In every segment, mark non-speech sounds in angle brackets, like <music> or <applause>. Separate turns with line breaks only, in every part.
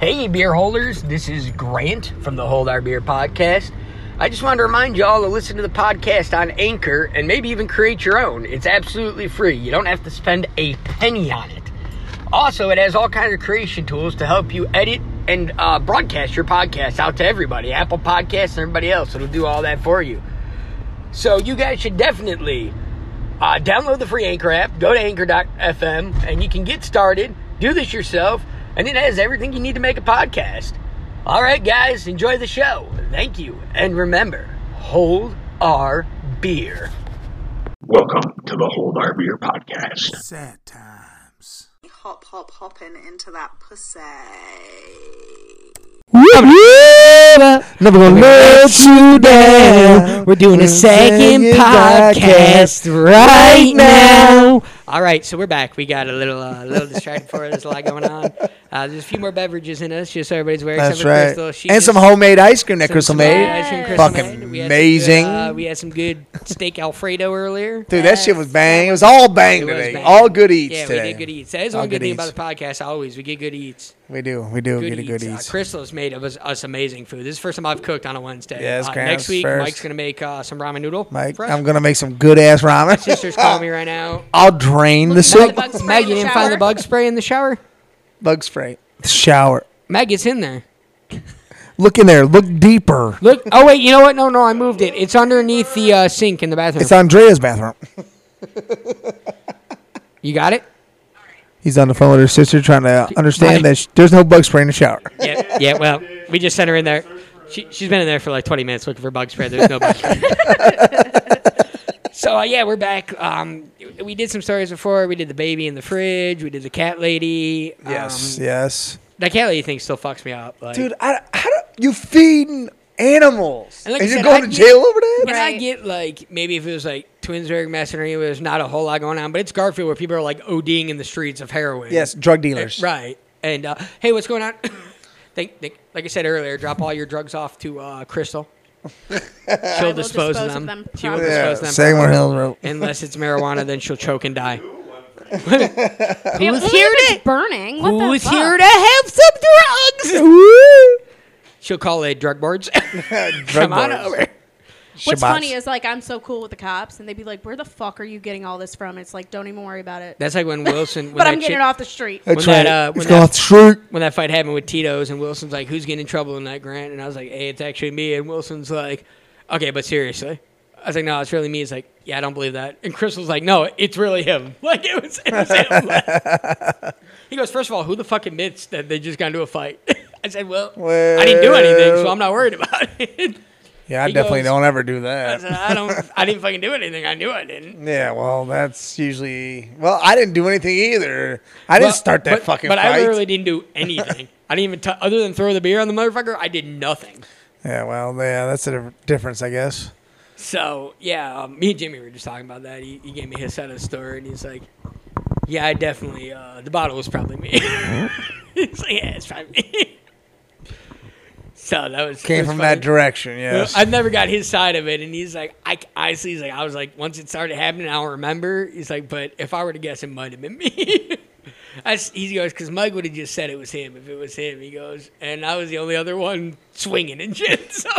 Hey, beer holders, this is Grant from the Hold Our Beer podcast. I just wanted to remind y'all to listen to the podcast on Anchor and maybe even create your own. It's absolutely free, you don't have to spend a penny on it. Also, it has all kinds of creation tools to help you edit and uh, broadcast your podcast out to everybody Apple Podcasts and everybody else. It'll do all that for you. So, you guys should definitely uh, download the free Anchor app, go to anchor.fm, and you can get started. Do this yourself, and it has everything you need to make a podcast. All right, guys, enjoy the show. Thank you. And remember, hold our beer.
Welcome to the Hold Our Beer podcast.
Sad times.
hop, hop, hopping into that pussy.
Never gonna let you down. We're doing a second podcast right now.
All right, so we're back. We got a little, uh, little distracted for it. There's a lot going on. Uh, there's a few more beverages in us, just so everybody's aware.
That's
except for
right.
Crystal. She
And
just-
some homemade ice cream that
some-
Crystal
some
made.
ice cream Crystal
Fucking
made. We had some good,
amazing.
uh, we had some good steak Alfredo earlier.
<laughs> Dude, that shit was bang. It was all bang
It was
today.
bad.
All good eats
yeah,
today.
we get good eats. That is
All one good, good
thing
eats.
about the podcast. Always we get good eats.
We do. We do
Good
get a good
eats. Uh,
eats.
Crystal's made of us, us amazing food. This is the first time I've cooked on a Wednesday.
Yeah, it's
uh,
Graham's
next week,
first.
Mike's gonna make uh, some ramen noodle.
Mike,
for us.
I'm gonna make some good ass ramen.
Sister's calling me right now.
<laughs> I'll drain the soup.
bug spray
Maggie
in the
didn't find the
shower?
bug spray in the shower.
Bug spray. Shower.
Meg, it's in there.
Look in there. Look deeper.
Look. Oh wait, you know what? No, no, I moved it. It's underneath the uh, sink in the bathroom.
It's Andrea's bathroom.
you got it?
He's on the phone with her sister, trying to
Mike.
understand that sh- there's no bug spray in the shower.
Yeah. Yeah. Well, we just sent her in there. She, she's been in there for like 20 minutes looking for bug spray. There's no bug spray. <laughs> so uh, yeah, we're back. Um, we did some stories before. We did the baby in the fridge. We did the cat lady. Um,
Yes. yes.
That cat lady thing still fucks me up. Like,
Dude, I, how do you feeding animals?
And
And,
like I
you're
said,
going
I
to
get-
jail over that?
And I
Right.
get like maybe if it was like Twinsburg, Macedonia, there's not a whole lot going on, but it's Garfield where people are like ODing in the streets of heroin.
Yes, drug dealers.
<laughs> Right. And uh, hey, what's going on? <coughs> think, think, like I said earlier, drop all your drugs off to uh,
<laughs>
Crystal. She'll dispose, of them. She will
promptly.
Yeah,
dispose of them.
Sagamore Hill Road.
Unless it's marijuana, then she'll choke and die. <laughs>
Who's here to burning? What the
Who's
fuck?
here to have some drugs? she'll call it drug boards. <laughs>
Drug
Come on
lords.
over.
What's
Shabazz.
funny is like I'm so cool with the cops, and they'd be like, "Where the fuck are you getting all this from?" It's like, don't even worry about it.
That's like when
<laughs>
Wilson. When
but I'm
that
getting
chick-
it off the street.
That's
that,
right.
uh, when
It's going
that-
off the street.
when that fight happened with Tito's and Wilson's like, who's getting in trouble in that grant? And I was like, hey, it's actually me. And Wilson's like, okay, but seriously. I was like, no, it's really me. He's like, yeah, I don't believe that. And Crystal's like, no, it's really him. <laughs> Like, it was, it was him. he goes, first of all, who the fuck admits that they just got into a fight? <laughs> I said, well, I didn't do anything, so I'm not worried about <laughs> it.
Yeah, I
He
definitely
goes-
don't ever do
I
that.
said, I don't, I didn't fucking do anything. I knew I didn't.
Yeah, well, that's usually. Well, I didn't do anything either. I didn't
Well,
start that
but-
fucking
But I
fight.
literally didn't do anything. I didn't even, t- other than throw the beer on the motherfucker, I did nothing.
yeah, well, yeah, that's a diff- difference, I guess.
So yeah, um, me and Jimmy were just talking about that. He, he gave me his side of the story, and he's like, "Yeah, I definitely uh, the bottle was probably me."
Mm-hmm.
<laughs> he's like, "Yeah, it's probably me." <laughs> so that was
Came
was
from
funny.
that direction, yes.
I never got his side of it, and he's like, "I honestly, he's like, I was like, once it started happening, I don't remember." He's like, "But if I were to guess, it might have been me." <laughs> I s he goes, "Cause Mike would have just said it was him if it was him." He goes, and I was the only other one swinging and shit. <laughs> So.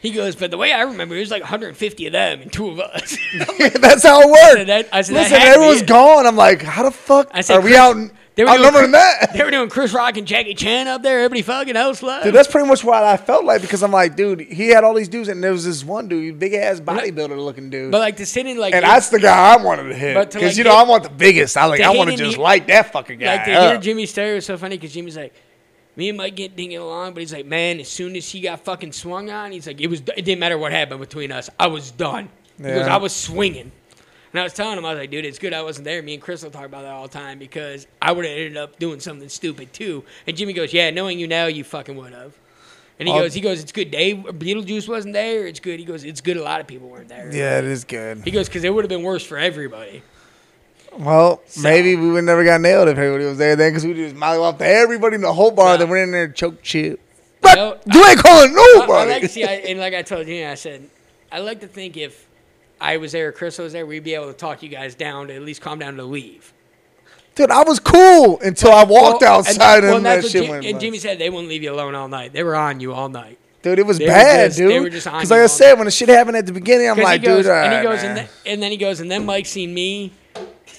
He goes, but the way I remember, it was like 150 of them and two of us. <laughs>
<laughs> that's how it worked.
that- I said, that
Listen,
had to be
everyone's
it.
gone. I'm like, how the fuck
I said,
are we
Chris-
out,
they were doing
outnumbering
Chris- <laughs>
that?
they were doing Chris Rock and Jackie Chan up there. Everybody fucking else left.
Dude, that's pretty much what I felt like because I'm like, dude, he had all these dudes, and there was this one dude, big ass bodybuilder looking dude,
but like to sit in like
and
eight-
that's the guy I wanted to hit
But to,
because
like,
you know
hit-
I want the biggest. I like,
to
I
hit
want to
in
just
the-
like that fucking guy.
Like to hear
up.
Jimmy's story was so funny because Jimmy's like, me and Mike get dinging along, but he's like, man, as soon as he got fucking swung on, he's like, it was it didn't matter what happened between us, I was done because
Yeah.
I was swinging. And I was telling him, I was like, dude, it's good I wasn't there. Me and Crystal talk about that all the time because I would have ended up doing something stupid too. And Jimmy goes, yeah, knowing you now, you fucking would have. And he
I'll-
goes, he goes, it's good. Dave Beetlejuice wasn't there. It's good. He goes, it's good. A lot of people weren't there.
yeah, it is
He
good.
goes, because it would have been worse for everybody.
Well, maybe we would never got nailed if everybody was there then because we just molly off to everybody in the whole bar
Yeah.
that went in there and choke chip. But
No,
you ain't calling
I- I like
nobody.
to see, I, and like I told you, I said, I like to think if I was there, or Chris was there, we'd be able to talk you guys down to at least calm down to leave.
Dude, I was cool until I walked
Well,
outside and,
well,
that
that's what
shit
Jim-
went.
And
nuts.
Jimmy said they wouldn't leave you alone all night. They were on you all night.
dude, it was
they were
bad,
just-
dude.
they were just on
Because
you
like I
all
said, when the shit happened at the beginning, I'm
'Cause
like,
he goes,
dude, all
and he
right,
goes, and,
man.
th- and then he goes, and then Mike seen me.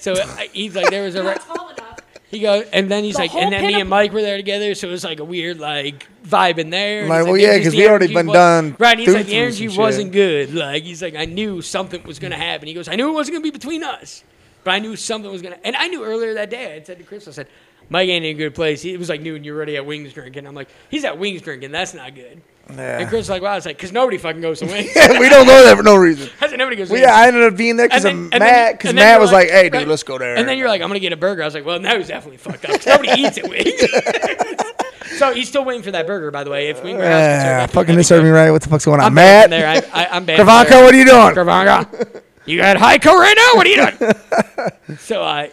So I, he's like, there
<laughs>
was a.
Not
Re-
tall enough.
he goes, and then he's
The
like,
whole
and then me
pinup-
and Mike were there together, so it was like a weird like vibe in there. And
Like,
he's
well, yeah,
it's just
'cause
the
we already
energy
been
wa-
done
Right, and he's
through
like, the
some
energy
shit.
wasn't good. Like he's like, I knew something was gonna happen. He goes, I knew it wasn't gonna be between us, but I knew something was gonna. And I knew earlier that day, I had said to Chris, I said, Mike ain't in a good place. He, it was like noon. You're already at Wings drinking. I'm like, he's at Wings drinking. That's not good. And Chris was like, wow, it's like, because nobody fucking goes
<laughs>
to Wings.
Yeah, we don't go there for
<laughs>
no reason.
I said, nobody goes.
Well,
to
yeah,
Wings.
I ended up being there because
And then-
of
and then you-
Matt. Because
and then
Matt
you're
was like, "Hey,
right.
dude, let's go there."
And then you're like, I'm gonna get a burger. I was like, well, now he's definitely fucked up. 'cause
<laughs>
Nobody eats at Wings. <laughs> so he's still waiting for that burger, by the way. If Wing
yeah,
uh,
fucking did serve me right. What the fuck's going on,
I'm
Matt?
banned from there. I, I, I'm banned. from
Kravanko,
there.
what are you doing?
Kravanka, you got Heiko right now. What are you
<laughs>
doing? so uh, I.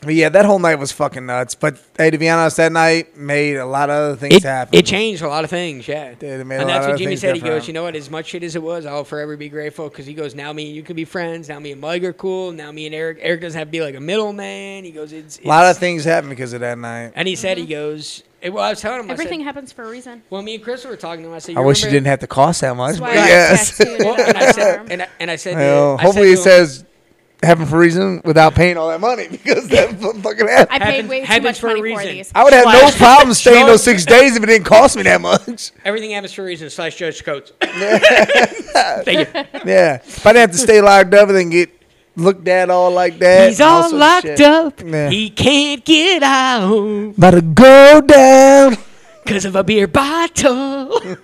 But yeah, that whole night was fucking nuts. But hey, to be honest, that night made a lot of other things
It,
happen.
it changed a lot of things, yeah.
Did, it made a
and
lot
that's
of
what Jimmy
things
said. He
different.
goes, you know what? As much shit as it was, I'll forever be grateful because he goes, now me and you can be friends. Now me and Mike are cool. Now me and Eric, Eric doesn't have to be like a middleman. He goes, it's, it's
a lot of things happened because of that night.
And he said, he goes, eh, well, I was telling him,
Everything
I said,
happens for a reason.
well, me and Chris were talking to him. I said,
I wish it didn't have to cost that much.
That's why
but
I
yes.
tattooed it
Well,
on
and I
my
said,
arm.
and I, and I said,
Well,
I said
hopefully
to
it
him,
says happen for a reason without paying all that money <laughs> because that fu- fucking happened.
I paid
Happens-
way too
happens
much
for a
money for
reason.
these.
I would have no
Slash-
problem staying
Joe-
those six days if it didn't cost me that much. <laughs>
everything happens for a reason, slash Judge Coates. Thank you.
Yeah, if I didn't have to stay locked up and then get looked at all like <laughs> that,
He's
and
all
sorts of
locked
shit.
up.
Yeah.
He can't get out
About to go down.
because of a beer
<laughs>
bottle. but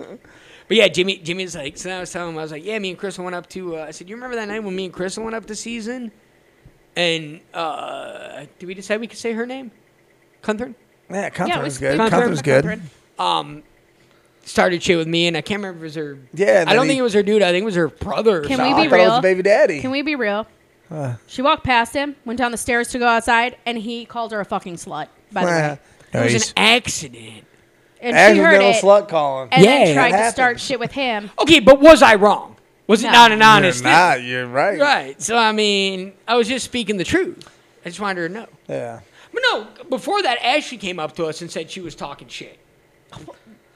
yeah, Jimmy, Jimmy's like, so I was telling him, I was like, yeah, me and Chris went up to, uh, I said, you remember that night when me and Chris went up to season? And uh, did we decide we could say her name? Cunthorne?
Yeah,
Yeah, it
Comfort's
was
good.
Comfort-
Comfort's good.
Comfort.
um, started shit with me, and I can't remember if it was her.
Yeah, and
I don't
then
think
he-
it was her dude. I think it was her brother. or
Can
I
we
something.
thought
be
it was
real?
baby daddy.
Can we be real?
Uh.
she walked past him, went down the stairs to go outside, and he called her a fucking slut. By the way,
It was an accident.
and she heard
accidental
it,
slut calling.
and
Yeah,
then tried
that
to start
happens.
shit with him.
Okay, but was I wrong? Was it
No.
not an
You're
honest? thing?
not. You're right.
Right. So I mean, I was just speaking the truth. I just wanted her to know.
Yeah.
But no, before that, Ashley came up to us and said she was talking shit.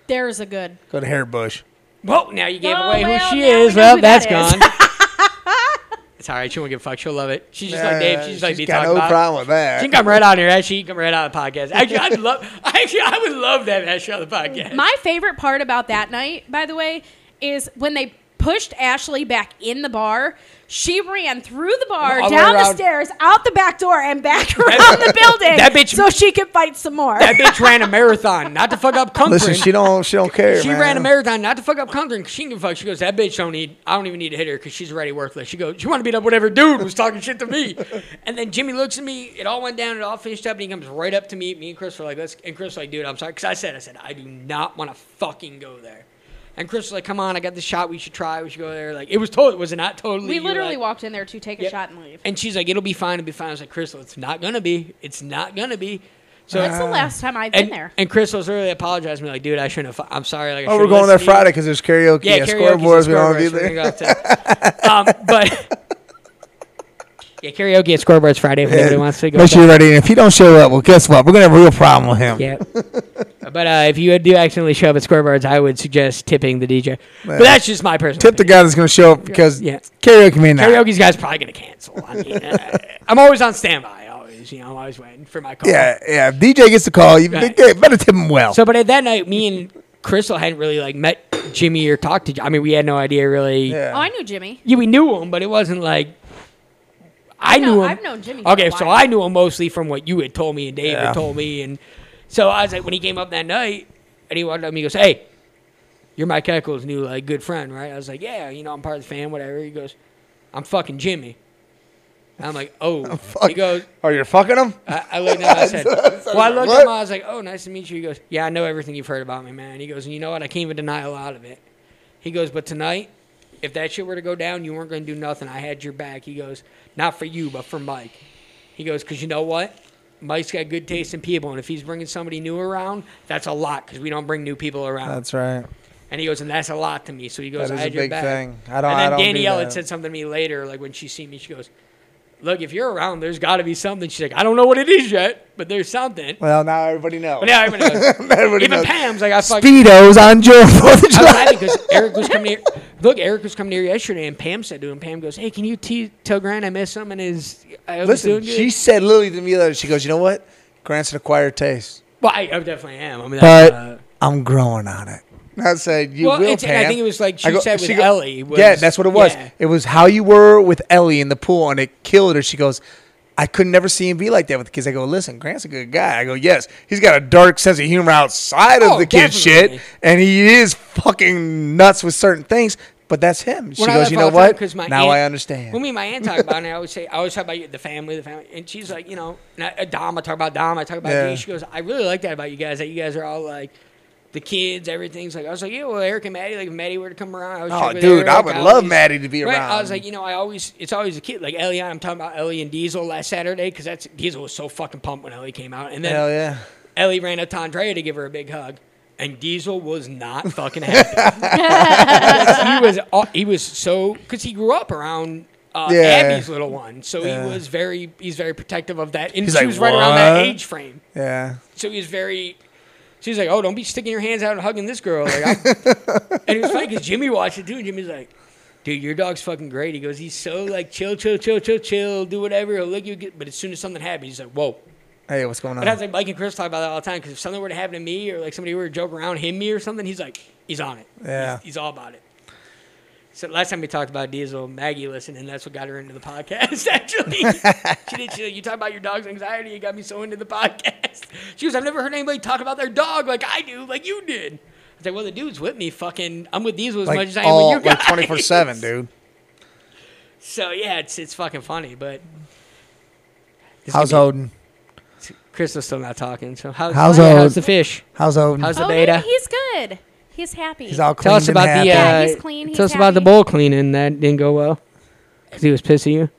There's a good.
Go to Hairbush.
Well, now you gave
Oh,
away
well,
who she
now we
is.
know
Well,
who
that's
that is.
gone.
<laughs>
it's all right. She won't give a fuck. She'll love it. She's just like Dave. She's just like me
got
talking
no
about. it.
problem with that.
She can come right on here. Actually, she can come right on the podcast. Actually, I'd love. <laughs> Actually, I would love that Ashley on the podcast.
My favorite part about that night, by the way, is when they pushed Ashley back in the bar. She ran through the bar,
All the way
down the
around.
stairs, out the back door,
<laughs>
and back around the building.
that bitch-
so she could fight some more.
That bitch ran a marathon, not to fuck up Cumberland.
Listen, she don't. She don't care.
She
man.
ran a marathon, not to fuck up Cumberland. 'cause She can fuck. She goes, that bitch don't need. I don't even need to hit her because she's already worthless. She goes, she want to beat up whatever dude was talking shit to
<laughs>
me. And then Jimmy looks at me. It all went down. It all finished up, and he comes right up to me. Me and Chris were like, let's. And Chris was like, dude, I'm sorry, because I said, I said, I do not want to fucking go there. And Chris was like, come on, I got the shot. We should try. We should go there. Like it was totally. Was it not totally?
we
You were
literally
like-
walked in there to take a
Yep.
shot and leave.
And she's like, it'll be fine. It'll be fine. I was like, Crystal, it's not gonna be. It's not gonna be. So
Uh,
That's the last time I've
and,
been there.
And Chris was really apologizing, me like, dude, I shouldn't have. fu- I'm sorry. Like, I
Oh, we're
should've
going there
listened to you."
Friday because there's karaoke.
Yeah, karaoke.
at scoreboards. We don't do
We're
there.
gonna go up to- <laughs> um, but yeah, karaoke at scoreboards Friday if anybody wants to go.
Make sure
back.
you're ready. And if he don't show up, well, guess what? We're gonna have a real problem with him.
Yeah. But uh, if you do accidentally show up at scoreboards, I would suggest tipping the DJ. But that's just my personal.
Tip the guy that's gonna show up because
Yeah.
karaoke may not.
Karaoke's guy's probably gonna cancel. I mean, uh, <laughs> I'm always on standby. Always, you know, I'm always waiting for my call.
Yeah, yeah. If DJ gets the call. You
Right.
better tip him well.
So, but at that night, me and Crystal hadn't really like met Jimmy or talked to. J- I mean, we had no idea really.
Yeah.
Oh, I knew Jimmy.
Yeah, we knew him, but it wasn't like I
No,
knew him.
I've known Jimmy for a
Okay, so
while.
I knew him mostly from what you had told me and Dave
Yeah.
had told me, and so I was like, when he came up that night, and he walked up, and he goes, "Hey, you're Mike Eccles' new like good friend, right?" I was like, "Yeah, you know, I'm part of the fan, whatever." He goes, "I'm fucking Jimmy." And I'm like, "Oh," he goes.
Are you fucking him?
I, I looked at him. I said,
<laughs>
"Well, I looked at
What?
him. I was like, oh, nice to meet you.' He goes, "Yeah, I know everything you've heard about me, man." He goes, "And you know what? I can't even deny a lot of it." He goes, "But tonight, if that shit were to go down, you weren't going to do nothing. I had your back." He goes, "Not for you, but for Mike." He goes, "Cause you know what? Mike's got good taste in people, and if he's bringing somebody new around, that's a lot. Cause we don't bring new people around."
That's right.
And he goes, and that's a lot to me. So he goes,
That is
I
a
had your
big
back.
thing. I don't-
And
I
then
don't do
Danielle
that.
had said something to me later, like when she seen me, she goes, look, if you're around, there's got to be something. She's like, I don't know what it is yet, but there's something.
Well, now everybody knows.
But now everybody
<laughs>
knows.
Everybody
Even
knows.
Pam's like, I fucking.
Speedos on Joe Fourth of
I was
July. <laughs>
laughing because Eric was coming here. Look, Eric was coming here yesterday, and Pam said to him, "Pam goes, hey, can you te- tell Grant I miss him and his I hope he's
Listen,
doing good?"
she said literally to me the other. She goes, "You know what? Grant's an acquired taste,
well, I, I definitely am. I mean,
but
uh,
I'm growing on it." And I said, "You
Well,
will,
it's- and I
Pam."
think it was like she said with Ellie was-
yeah, that's what it was.
yeah.
It was how you were with Ellie in the pool, and it killed her. She goes. I could never see him be like that with the kids. I go, listen, Grant's a good guy. I go, yes, he's got a dark sense of humor outside of
Oh,
the kid
definitely.
shit, and he is fucking nuts with certain things. But that's him. She
When I
goes,
laugh
you
all
know
the time,
what?
'cause my
now
aunt-
I understand.
When me and my aunt talk about it, I always say, I always talk about you, the family, the family. And she's like, you know, not, uh, Dom, I talk about Dom, I talk about
Yeah.
you. She goes, I really like that about you guys, that you guys are all like, the kids, everything's like, I was like, yeah, well, Eric and Maddie, like, if Maddie were to come around, I was
Oh,
check with
dude,
Eric,
I would love Maddie to be
right? I
around.
was like, you know, I always, it's always a kid. Like, Ellie, I'm talking about Ellie and Diesel last Saturday, because that's, Diesel was so fucking pumped when Ellie came out. And then
Hell yeah.
Ellie ran up to Andrea to give her a big hug, and Diesel was not fucking happy. <laughs> he was all- he was so because he grew up around uh,
Yeah.
Abby's little one, so
Yeah.
he was very he's very protective of that, and
He's
she
like,
was right around that
"What?"
age frame,
Yeah.
so he was very. She's like, "Oh, don't be sticking your hands out and hugging this girl." Like,
<laughs>
I'm, and it was funny because Jimmy watched it too, and Jimmy's like. Dude, your dog's fucking great. He goes, he's so like chill, chill, chill, chill, chill. Do whatever. He'll lick you. Get, but as soon as something happens, he's like, "Whoa,
Hey, what's going on?
but I was like, Mike and Chris talk about that all the time because if something were to happen to me or like somebody were to joke around him, me or something, he's like, he's on it.
Yeah.
He's, he's all about it. So last time we talked about Diesel, Maggie listened, and that's what got her into the podcast. <laughs>
<laughs>
Actually, she did. She, you talk about your dog's anxiety, it got me so into the podcast. <laughs> She goes, I've never heard anybody talk about their dog like I do, like you did. I was like, well, the dude's with me. Fucking, I'm with Diesel as much
like
as I am
all
with you guys.
like twenty four seven, dude.
<laughs> So yeah, it's it's fucking funny, but This is
How's
gonna
Odin?
be- Crystal's still not talking. So how's
How's
how's,
old?
the fish?
How's Odin?
How's the
oh,
beta?
He's good. He's happy.
He's all
Tell
clean.
us about the uh,
Yeah, he's clean, he's
tell us about the
happy.
bowl cleaning that didn't go well because he was pissing you.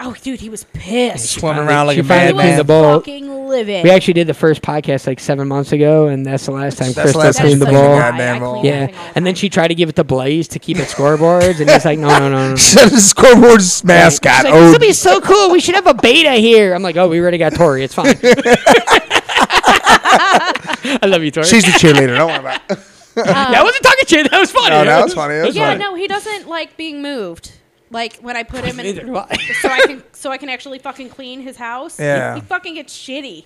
oh, dude, he was pissed.
swimming
finally-
around like
she
a
finally
He
madman.
cleaned
<laughs>
was
the bowl.
fucking livid.
We actually did the first podcast like seven months ago, and that's the last time
That's the
Crystal
last time
cleaned the
she cleaned
bowl.
that. goddamn bowl.
Yeah, and then she tried to give it to Blaze to keep it scoreboards, and he's like, "No, no, no, no."
Said the scoreboard's mascot. oh,
She's like, this
Odin.
would be so cool. We should have a beta here. I'm like, "Oh, we already got Tori. It's
<laughs>
fine." <laughs> I love you, Tori.
<laughs> She's the cheerleader. Don't worry about.
<laughs>
It.
that wasn't talking shit. That was funny.
No, that was funny. That was
yeah,
funny.
no, he doesn't like being moved. Like when I put him in,
Neither do I.
<laughs> so I can so I can actually fucking clean his house.
Yeah.
he, fucking gets shitty.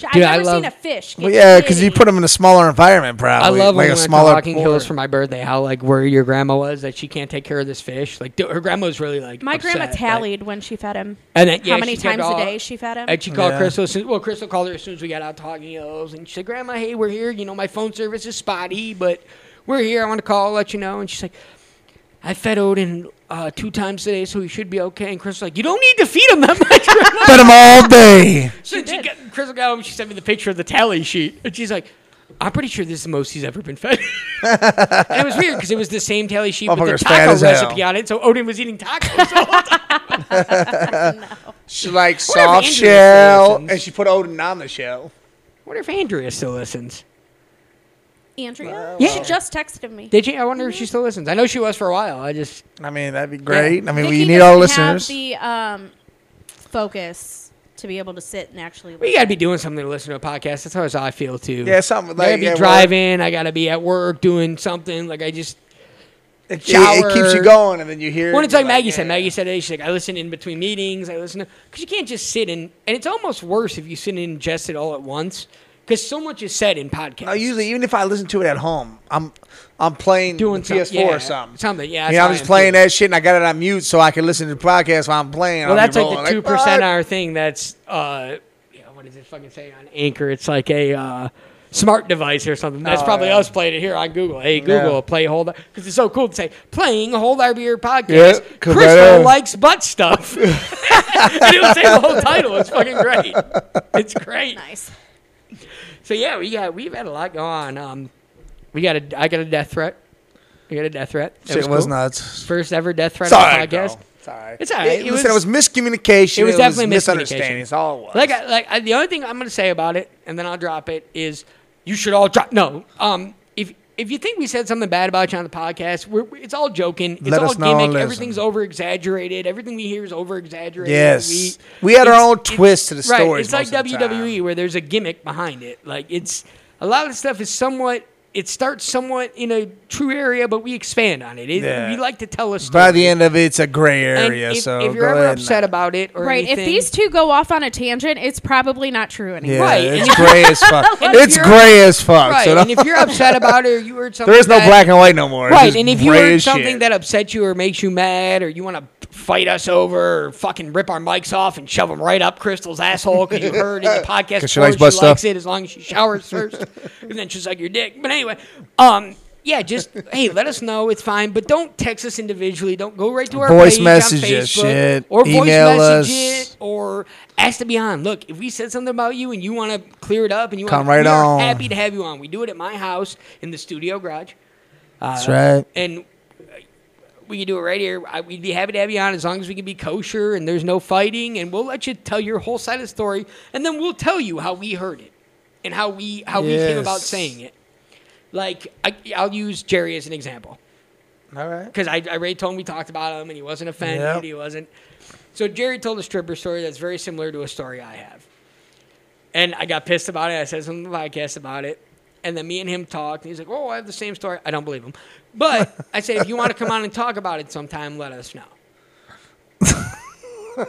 I've
Dude, I
never
love-
seen a fish. Get
Well, yeah, because you
shitty.
put them in a smaller environment,
I
probably.
love
like
when
a
we went
smaller
to Rocking
pool.
Hills for my birthday. How like worried your grandma was that she can't take care of this fish. Like dude, her grandma's really like
My
upset,
grandma
like-
tallied when she fed him.
and then, yeah,
how many
she kept
times
all-
a day she fed him?
And she called
Yeah.
Crystal. As soon, well, Crystal called her as soon as we got out talking hills, and she said, "Grandma, hey, we're here. You know, my phone service is spotty, but we're here. I want to call, let you know." And she's like, "I fed Odin uh, two times today, so he should be okay." And Crystal's like, "You don't need to feed him that <laughs> much." Grandma."
Fed them all day.
So she got, Crystal got home. She sent me the picture of the tally sheet, and she's like, "I'm pretty sure this is the most he's ever been fed." and it was weird because it was the same tally sheet with the
Motherfucker's fat
taco
as hell.
recipe on it. So Odin was eating tacos. all the time.
She likes
wonder if
soft
Andrea
shell,
listens.
and she put Odin on the shell.
I wonder if Andrea still listens.
Andrea,
Yeah.
she just texted me.
Did she? I wonder if she still listens. I know she was for a while. I just
I mean, that'd be great. I mean, we
Vicky
need all
doesn't have
listeners.
the um, focus to be able to sit and actually.
we gotta be doing something to listen to a podcast. That's how it's how I feel too.
Yeah, something
I
like-
gotta be
at work.
driving. I gotta be at work doing something. Like I just
it, it- it keeps
shower.
you going, and then you hear.
Well, it's like Maggie
yeah.
said. Maggie said today, she's like, I listen in between meetings. I listen because you can't just sit in, and it's almost worse if you sit and ingest it all at once because so much is said in podcasts.
No, usually even if I listen to it at home, I'm I'm playing
Doing
the
some-
PS4
yeah,
or something.
something, yeah,
You know,
that's
I'm
how I
just
am,
playing
too.
that shit, and I got it on mute so I can listen to the podcast while I'm playing.
well,
I'll be
that's like
rolling,
the two percent
"Fuck."
hour thing. That's uh, yeah, what does it fucking say on Anchor? It's like a uh, smart device or something. That's
Oh,
probably
yeah.
us playing it here on Google. Hey Google,
Yeah.
play hold because it's so cool to say playing hold our beer podcast.
Yeah, 'cause I
Crystal
know.
likes butt
<laughs>
stuff, and it'll say the whole title. It's fucking great. It's great.
Nice.
So yeah, we got we've had a lot go on. Um, we got a I got a death threat. We got a death threat. That
Shit was
cool.
nuts.
First ever death threat on
Sorry,
the podcast.
Sorry.
It's all right.
It,
It
listen,
was-
it was miscommunication.
It was definitely
misunderstanding.
miscommunication.
It's all it was.
Like I, like I, the only thing I'm gonna say about it, and then I'll drop it is you should all drop. No, um, if if you think we said something bad about you on the podcast, we're, it's all joking. It's
Let
all
us know and
gimmick.
listen.
Everything's over exaggerated. Everything we hear is over exaggerated.
Yes. We had our own twist to the
right,
stories
It's like
most of the time.
WWE where there's a gimmick behind it. Like it's a lot of the stuff is somewhat. It starts somewhat in a true area, but we expand on it. it
Yeah.
We like to tell a story.
By the end of it, it's a gray
And
area.
if,
so
if you're
go
ever
ahead and-
upset about it or
Right.
anything,
If these two go off on a tangent, it's probably not true
yeah,
anymore.
Right,
it's
and-
gray
<laughs>
as fuck.
if
It's
you're-
gray as fuck.
right,
so
and
don't-
if you're upset about it or you heard something,
<laughs> there is no
that-
black and white no more. It's
Right,
just
and if you
gray
heard
as
something
shit.
that upsets you or makes you mad or you want to fight us over or fucking rip our mics off and shove them right up Crystal's asshole because you heard
<laughs>
in the podcast
'Cause she likes
before
butt
she
stuff.
likes it as long as she showers first and then she's like your dick. But anyway, um, yeah, just hey, let us know. It's fine, but don't text us individually. Don't go right to our
Voice
page on
messages,
Facebook,
shit.
or voice
Email
message
us.
it or ask to be on. Look, if we said something about you and you want to clear it up and you
Come
wanna,
right
we
on.
are happy to have you on. We do it at my house in the studio garage
That's right.
and we can do it right here. I, we'd be happy to have you on as long as we can be kosher and there's no fighting, and we'll let you tell your whole side of the story, and then we'll tell you how we heard it and how we how we came about
Yes.
saying it. Like I, I'll use Jerry as an example
All right.
because I, I already told him we talked about him and he wasn't offended.
Yep.
He wasn't. So Jerry told a stripper story that's very similar to a story I have, and I got pissed about it. I said something on the podcast about it, and then me and him talked. And he's like, "Oh, I have the same story." I don't believe him, but I said, "If you want to come on and talk about it sometime, let us know."
<laughs>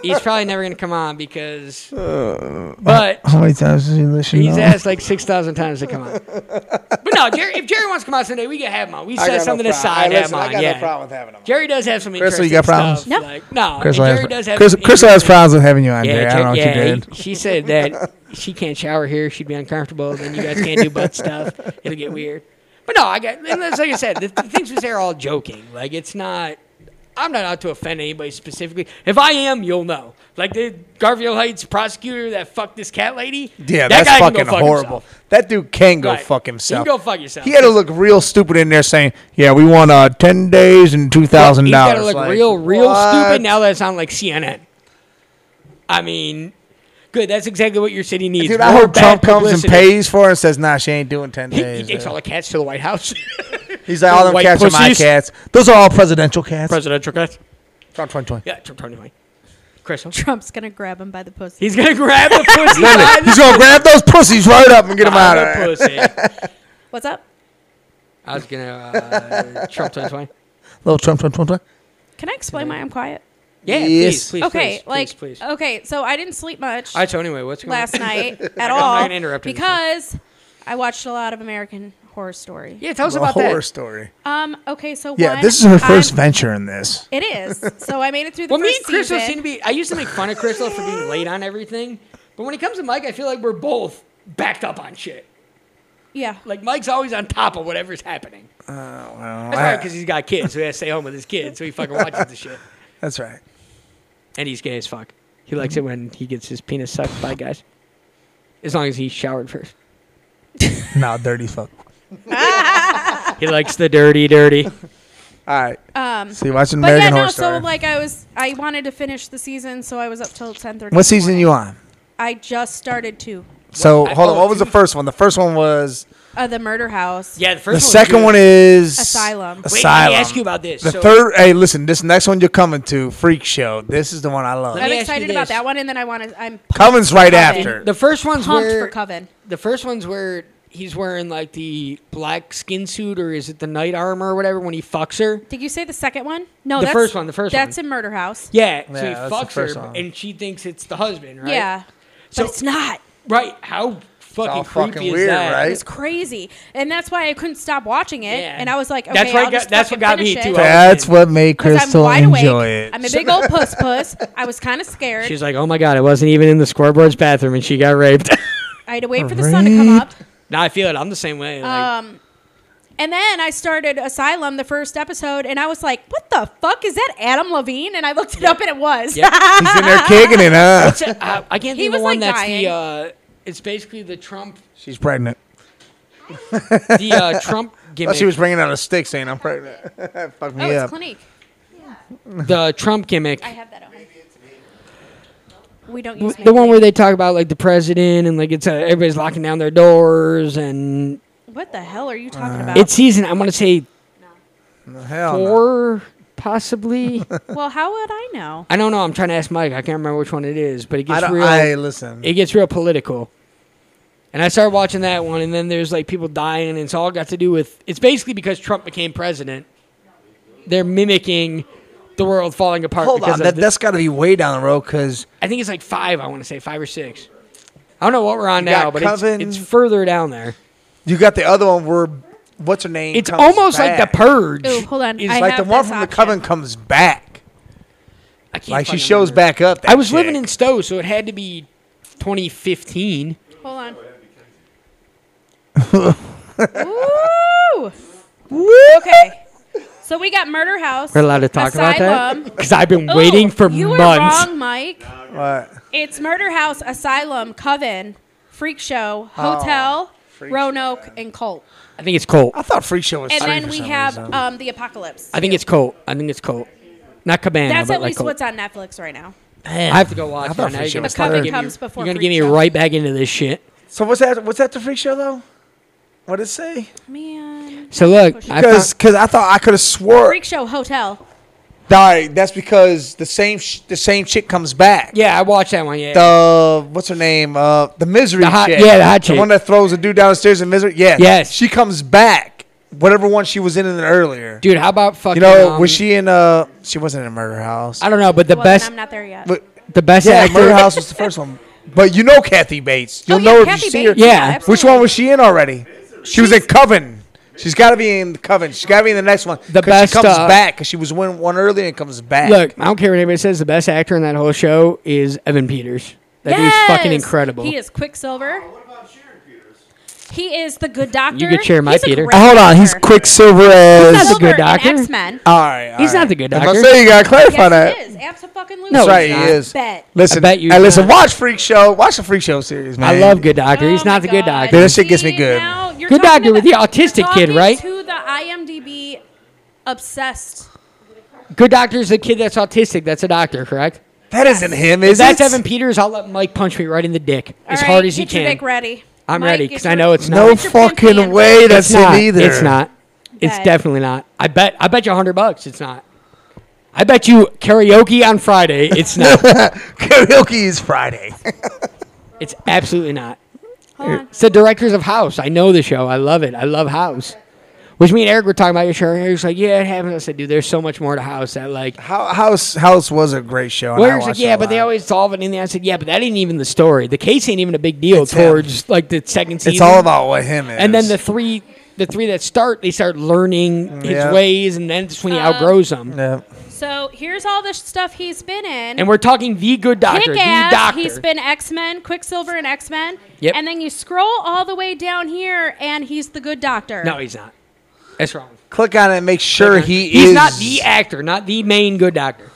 he's probably never gonna come on because,
Uh,
but
How many times did you listen?
He's asked like six thousand times to come on. but no, Jerry, if Jerry wants to come on someday, we can have him on. We set something aside, have him on. yeah.
with having him.
Jerry does have some
Crystal,
interesting
you got problems?
stuff. Like, no,
Chris,
Jerry does have.
Chris,
some
Chris has
interesting-
problems with having you on, Jerry. I don't know what
Jer- yeah,
you did.
he- she said that she can't shower here. She'd be uncomfortable. Then you guys can't do butt stuff. It'll get weird. But no, I got. And that's like I said, the, the things we say are all joking. Like it's not. I'm not out to offend anybody specifically. If I am, you'll know. Like the Garfield Heights prosecutor that fucked this cat lady. that
Yeah, that's
guy can go
fucking
fuck
horrible.
himself.
That dude can go
Right.
fuck himself.
You can go fuck yourself.
He had to look real stupid in there saying, "Yeah, we want uh, ten days and two thousand
He's
dollars."
gotta look real, real stupid now that it's on like CNN. I mean, good. That's exactly what your city needs.
Dude, I
More
hope
bad
Trump comes and
publicity.
pays for it and says, "Nah, she ain't doing ten
He, he
days."
takes
dude."
all the cats to the White House. <laughs>
He's like, "All them
white
cats are my
pussies."
cats. Those are all presidential cats."
Presidential cats.
Trump 2020.
Yeah, Trump twenty. Crystal.
<laughs> Trump's gonna grab him by the pussy.
He's gonna grab the pussy. by
<laughs> Literally, He's gonna grab those pussies right up and
<laughs>
get them
by
out of there.
the pussy.
What's up?
I was gonna uh, Trump twenty twenty.
Little Trump 2020.
Can I explain why I'm quiet?
Yeah, please,
Yes.
please,
okay,
please,
like
please, please.
okay, so I didn't sleep much
All right. So anyway, what's going <laughs>
last
on?
night at
not
all
gonna interrupt you this
because I watched a lot of American Horror Story.
Yeah, tell us
The
about
horror
that.
story.
Um. Okay. So
Yeah,
one,
this is her 1st
I'm-
venture in this.
It is. So I made it through the
<laughs> Well, me
first
and Crystal
season.
seem to be. I used to make fun of Crystal for being late on everything, but when it comes to Mike, I feel like we're both backed up on shit.
yeah.
Like Mike's always on top of whatever's happening.
Well,
That's right,
I-
because he's got kids, so he has to stay home with his kids, so he fucking watches the shit.
That's right.
And he's gay as fuck. He likes it when he gets his penis sucked by guys. As long as he's showered first.
Nah, dirty fuck.
He likes the dirty, dirty.
All right.
Uh,
Um.
So you watching
But
American
yeah,
Horror
no. So
Story?
like I was, I wanted to finish the season, so I was up till ten thirty.
what season you on?
I just started two.
So
I-
hold on.
oh,
What was the
dude.
first one? The first one was.
Uh, the Murder House.
Yeah, the
The
first
second one is
Asylum. Wait,
Wait,
Asylum.
let me ask you about this.
the
so,
third. Hey, listen. This next one you're coming to, Freak Show. This is the one I love.
Let
I'm
me ask you
excited about
this.
that one, and then I want to. I'm
Coven's right
Coven.
after.
The first one's
pumped
where
for Coven.
the first one's where he's wearing like the black skin suit or is it the knight armor or whatever when he fucks her.
Did you say the second one? No,
The
that's,
first one, the first
That's
one.
in Murder House.
Yeah, so
Yeah, that's
he
the
fucks
first
her
one.
and she thinks it's the husband, right?
Yeah.
So-
but it's not.
Right. How fucking
all
creepy
fucking
is
weird,
that?
right?
It's crazy, and that's why I couldn't stop watching it.
Yeah.
And I was like, okay,
That's why I
I'll
got-
just
that's what got
fucking finish
me,
it.
too. I
That's what made
'Cause
Crystal
I'm wide
enjoy
awake.
it.
I'm a big old puss puss. I was kind of scared.
She's like, oh my god, I wasn't even in the scoreboard's bathroom and she got raped. <laughs>
I had to wait for the sun to come
Raped.
up.
now I feel it. I'm the same way.
Um,
Like,
And then I started Asylum, the first episode, and I was like, what the fuck? Is that Adam Levine? And I looked it up and it was.
Yep.
He's in
<laughs>
there kicking it, huh?
What's that- I, I can't
He
think of the
was,
one
like,
that's the. Uh, it's basically the Trump,
She's pregnant.
the
<laughs>
uh, Trump
Plus,
gimmick.
she was bringing out a stick saying, "I'm pregnant." <laughs> Fuck
<laughs> oh,
me up.
it's Clinique.
the Trump gimmick.
I have that at home. We don't use
The one
Maybelline.
where they talk about like the president and like it's uh, everybody's locking down their doors and
What the hell are you talking about?
It's season. I want to say
Hell Oh, no.
four,
<laughs>
possibly.
well, how would I know?
I don't know. I'm trying to ask Mike. I can't remember which one it is, but it
I
gets
don't.
real.
I listen.
it gets real political. And I started watching that one, and then there's like people dying, and it's all got to do with. It's basically because Trump became president. They're mimicking the world falling apart.
Hold
because
on,
of
that,
the-
that's got to be way down the road because
I think it's like five. I want to say five or six. I don't know what we're on
You got
now, but it's,
Coven.
it's further down there.
you got the other one where what's her name?
It's
comes
almost like
back.
the purge.
Ooh, Oh, hold on.
Is
I
Like
have
the one
this
from the
option.
coven comes back.
I can't
Like she
fucking
shows
remember.
back up. that
I was living
chick.
in Stowe, so it had to be 2015.
Hold <laughs> on. Woo! Okay. So we got Murder House.
We're allowed to talk about
Asylum.
that because I've been <laughs>
Ooh,
waiting for
you
months.
were wrong, Mike.
What?
It's Murder House, Asylum, Coven, Freak Show,
Oh,
Hotel,
Freak
Roanoke, and Cult.
I think it's Colt.
I thought Freak Show was.
And
three
then
for
we
some
have
reason.
um, the Apocalypse.
I think it's Colt. I think it's Colt. Not Cabana,
That's
but
at
like
least
Colt.
what's on Netflix right now.
I have to go watch
I
it.
thought
Now
for
you're
sure
gonna
it was
fucking
Coven
get me-
comes before
You're gonna
Freak
get me
Show.
right back into this shit.
so what's that? What's that the Freak Show though? What did it say?
Man.
So look, I
Because
found,
because I thought I could have swore.
Freak Show, Hotel.
Sorry, that's because the same sh- the same chick comes back.
yeah, I watched that one. Yeah,
The what's her name? Uh, the misery
The hot-
chick.
yeah, the hot
The
chick.
one that throws the dude downstairs in misery. Yeah.
Yes.
She comes back. Whatever one she was in in earlier.
dude, how about fucking?
you know,
um,
was she in uh she wasn't in Murder House.
I don't know, but the
Well, then
best,
I'm not there yet. Oh,
but
the best
<laughs> yeah,
actor.
Murder House was the first one. But you know Kathy Bates. You'll
Oh,
know
yeah,
if
Kathy
you see
Bates.
her.
Yeah.
absolutely.
Which one was she in already? She was in Coven. She's got to be in Coven. She's got to be in the next one.
The
'Cause
best,
she comes
uh,
back because she was win one earlier and comes back.
Look, I don't care what anybody says. The best actor in that whole show is Evan Peters. That
yes!
dude's fucking incredible.
He is Quicksilver.
Oh,
He is the good doctor.
You could share my
He's a
Peter.
great
hold on, he's
doctor.
Quicksilver as
not the
Quicksilver
good
in
doctor.
X-Men.
All right, all
He's not
right.
the good
That's
doctor.
what I'm saying, you gotta clarify
Yes,
that.
he is. Absolutely.
No,
That's right,
he's
he
not.
is.
Bet.
Listen,
I bet you
hey,
he's
listen.
not.
Watch Freak Show. Watch the Freak Show series, man.
I love Good Doctor. he's
Oh
not
my
the Good
God.
Doctor.
Dude, this shit gets
See,
me good.
now you're
Good
talking
doctor with
about-
the autistic kid,
talking
right?
To the IMDb obsessed.
Good Doctor is the kid that's autistic. That's a doctor, correct?
That isn't him, is
If that's
it?
Evan Peters, I'll let Mike punch me right in the dick
All
as
right,
hard as he
get your
can.
dick ready.
I'm
Mike,
ready
get
because I
your-
know it's not.
no
Get your pin
fucking
pan.
way.
It's
That's
not.
him either.
It's not. It's
Bet.
definitely not. I bet. I bet you a hundred bucks. It's not. I bet you karaoke on Friday. It's
<laughs>
not.
Karaoke is Friday.
it's absolutely not.
Hold on.
It's the directors of House. I know the show. I love it. I love House. Which me and Eric were talking about your show. And Eric's like, yeah, it happens. I said, dude, there's so much more to House that like.
<laughs> How, House House was a great show. and I
Well, Eric's like,
watched it
yeah,
a
but they
lot.
always solve it in the. I said, yeah, but that ain't even the story. The case ain't even a big deal
It's him.
towards like the second season.
It's all about what him is.
and then the three the three that start they start learning his
Yeah.
ways and then it's when
Uh-huh.
he outgrows them
yeah.
So here's all the stuff he's been in.
and we're talking the good doctor
Kick ass.
the doctor
He's been X Men, Quicksilver, and X Men.
Yep.
And then you scroll all the way down here, and he's the good doctor.
no he's not that's wrong
click on it and make sure he
he's
is.
not the actor not the main good doctor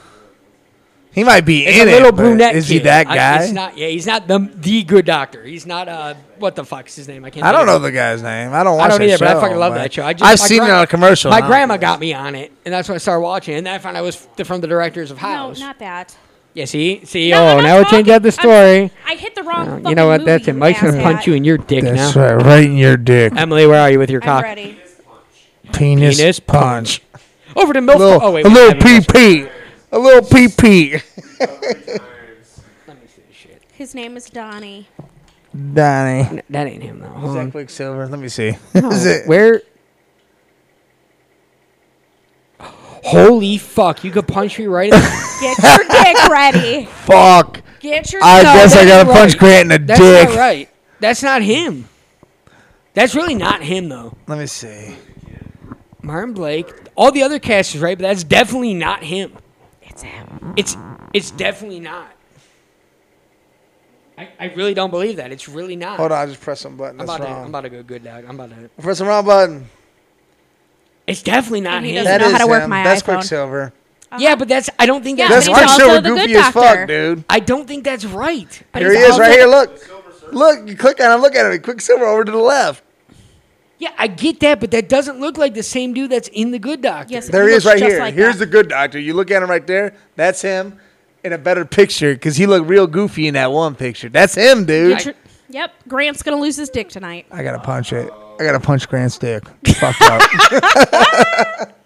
He might be
it's
in
a little
it, but
brunette
Is he
kid.
that
I-
guy? I,
it's not yeah he's not the the good doctor he's not uh what the fuck's his name I can't think
don't
of
know
it.
the guy's name. I don't watch.
I don't
that
either, but I
show,
fucking love
but
that show. I just,
I've
my
seen it
gran-
on a commercial.
My
and I don't-
grandma got me on it, and that's when I started watching. it, And then I found I was f- from the directors of
No,
House.
not that.
yeah, see, see.
No,
oh,
we're not
now we're changing
talking-
up the
I'm-
story. Uh,
I hit the wrong.
You know what? That's it.
it.
Mike's gonna punch you in your dick
That's
now.
right, right in your dick.
Emily, where are you with your
I'm
cock?
ready.
Penis,
Penis
punch.
Over to milk.
A little,
oh wait,
a
we
little
haven't touched-
PP, a little PP.
His name is Donnie.
Donnie.
That ain't him though.
Is
Hold
that
on.
Quicksilver? Let me see. Is it?
Where? Holy fuck! You could punch me right. in
<laughs>
the- <laughs>
Get your dick ready.
Fuck.
Get your.
I
no,
guess I
that's
gotta
right.
punch Grant in the
That's
dick.
not right. That's not him. That's really not him though.
Let me see.
Martin Blake. All the other cast is right, but that's definitely not him.
It's him.
It's it's definitely not. I, I really don't believe that. It's really not.
Hold on, I just pressed some button.
I'm
That's
about, to, I'm
wrong.
about to go good dog. I'm about to.
Press the wrong button.
It's definitely not
And he
him.
doesn't
That
know
is
how to work
him.
my
That's
iPhone.
Quicksilver.
Yeah, but that's. I don't think
Yeah,
That's
that's.
but he's also
Quicksilver
the good
goofy as
doctor.
fuck, dude.
I don't think that's right.
But
Here he
he's
is, right
also-
here. Look, look. You click on him. Look at him. Quicksilver over to the left.
Yeah, I get that, but that doesn't look like the same dude that's in the Good Doctor.
Yes,
There he is,
looks
right
just
here.
like
Here's
that.
the good doctor. You look at him right there. That's him in a better picture because he looked real goofy in that one picture. That's him, dude.
Get your- Yep. Grant's gonna lose his dick tonight.
I gotta punch it. I gotta punch Grant's dick.
<laughs>
Fucked up.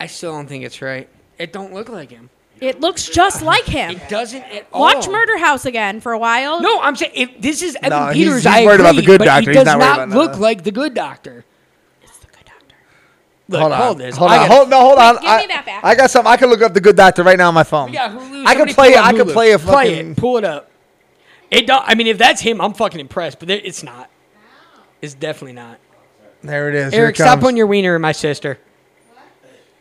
I still don't think it's right. It don't look like him.
It looks just like him.
It doesn't at all.
Watch
Oh.
Murder House again for a while.
No, I'm saying if this is Evan
No, he's-
Peters.
he's
I
worried about the
agree,
good
but
doctor.
He
He's
does
not
not,
worried about
look
none.
like the good doctor.
It's the good doctor.
Look,
hold on.
hold this.
Hold
I
on.
gotta-
hold, no, hold on.
give me
I,
that back.
I got something. I can look up the good doctor right now on my phone.
We got Hulu.
I can
Somebody
play.
pull up
I can
Hulu.
play a
Play
fucking.
it. Pull it up. It. do I mean, if that's him, I'm fucking impressed. But it- it's not. It's definitely not.
There it is.
Eric,
Here it
stop
comes.
on your wiener, my sister.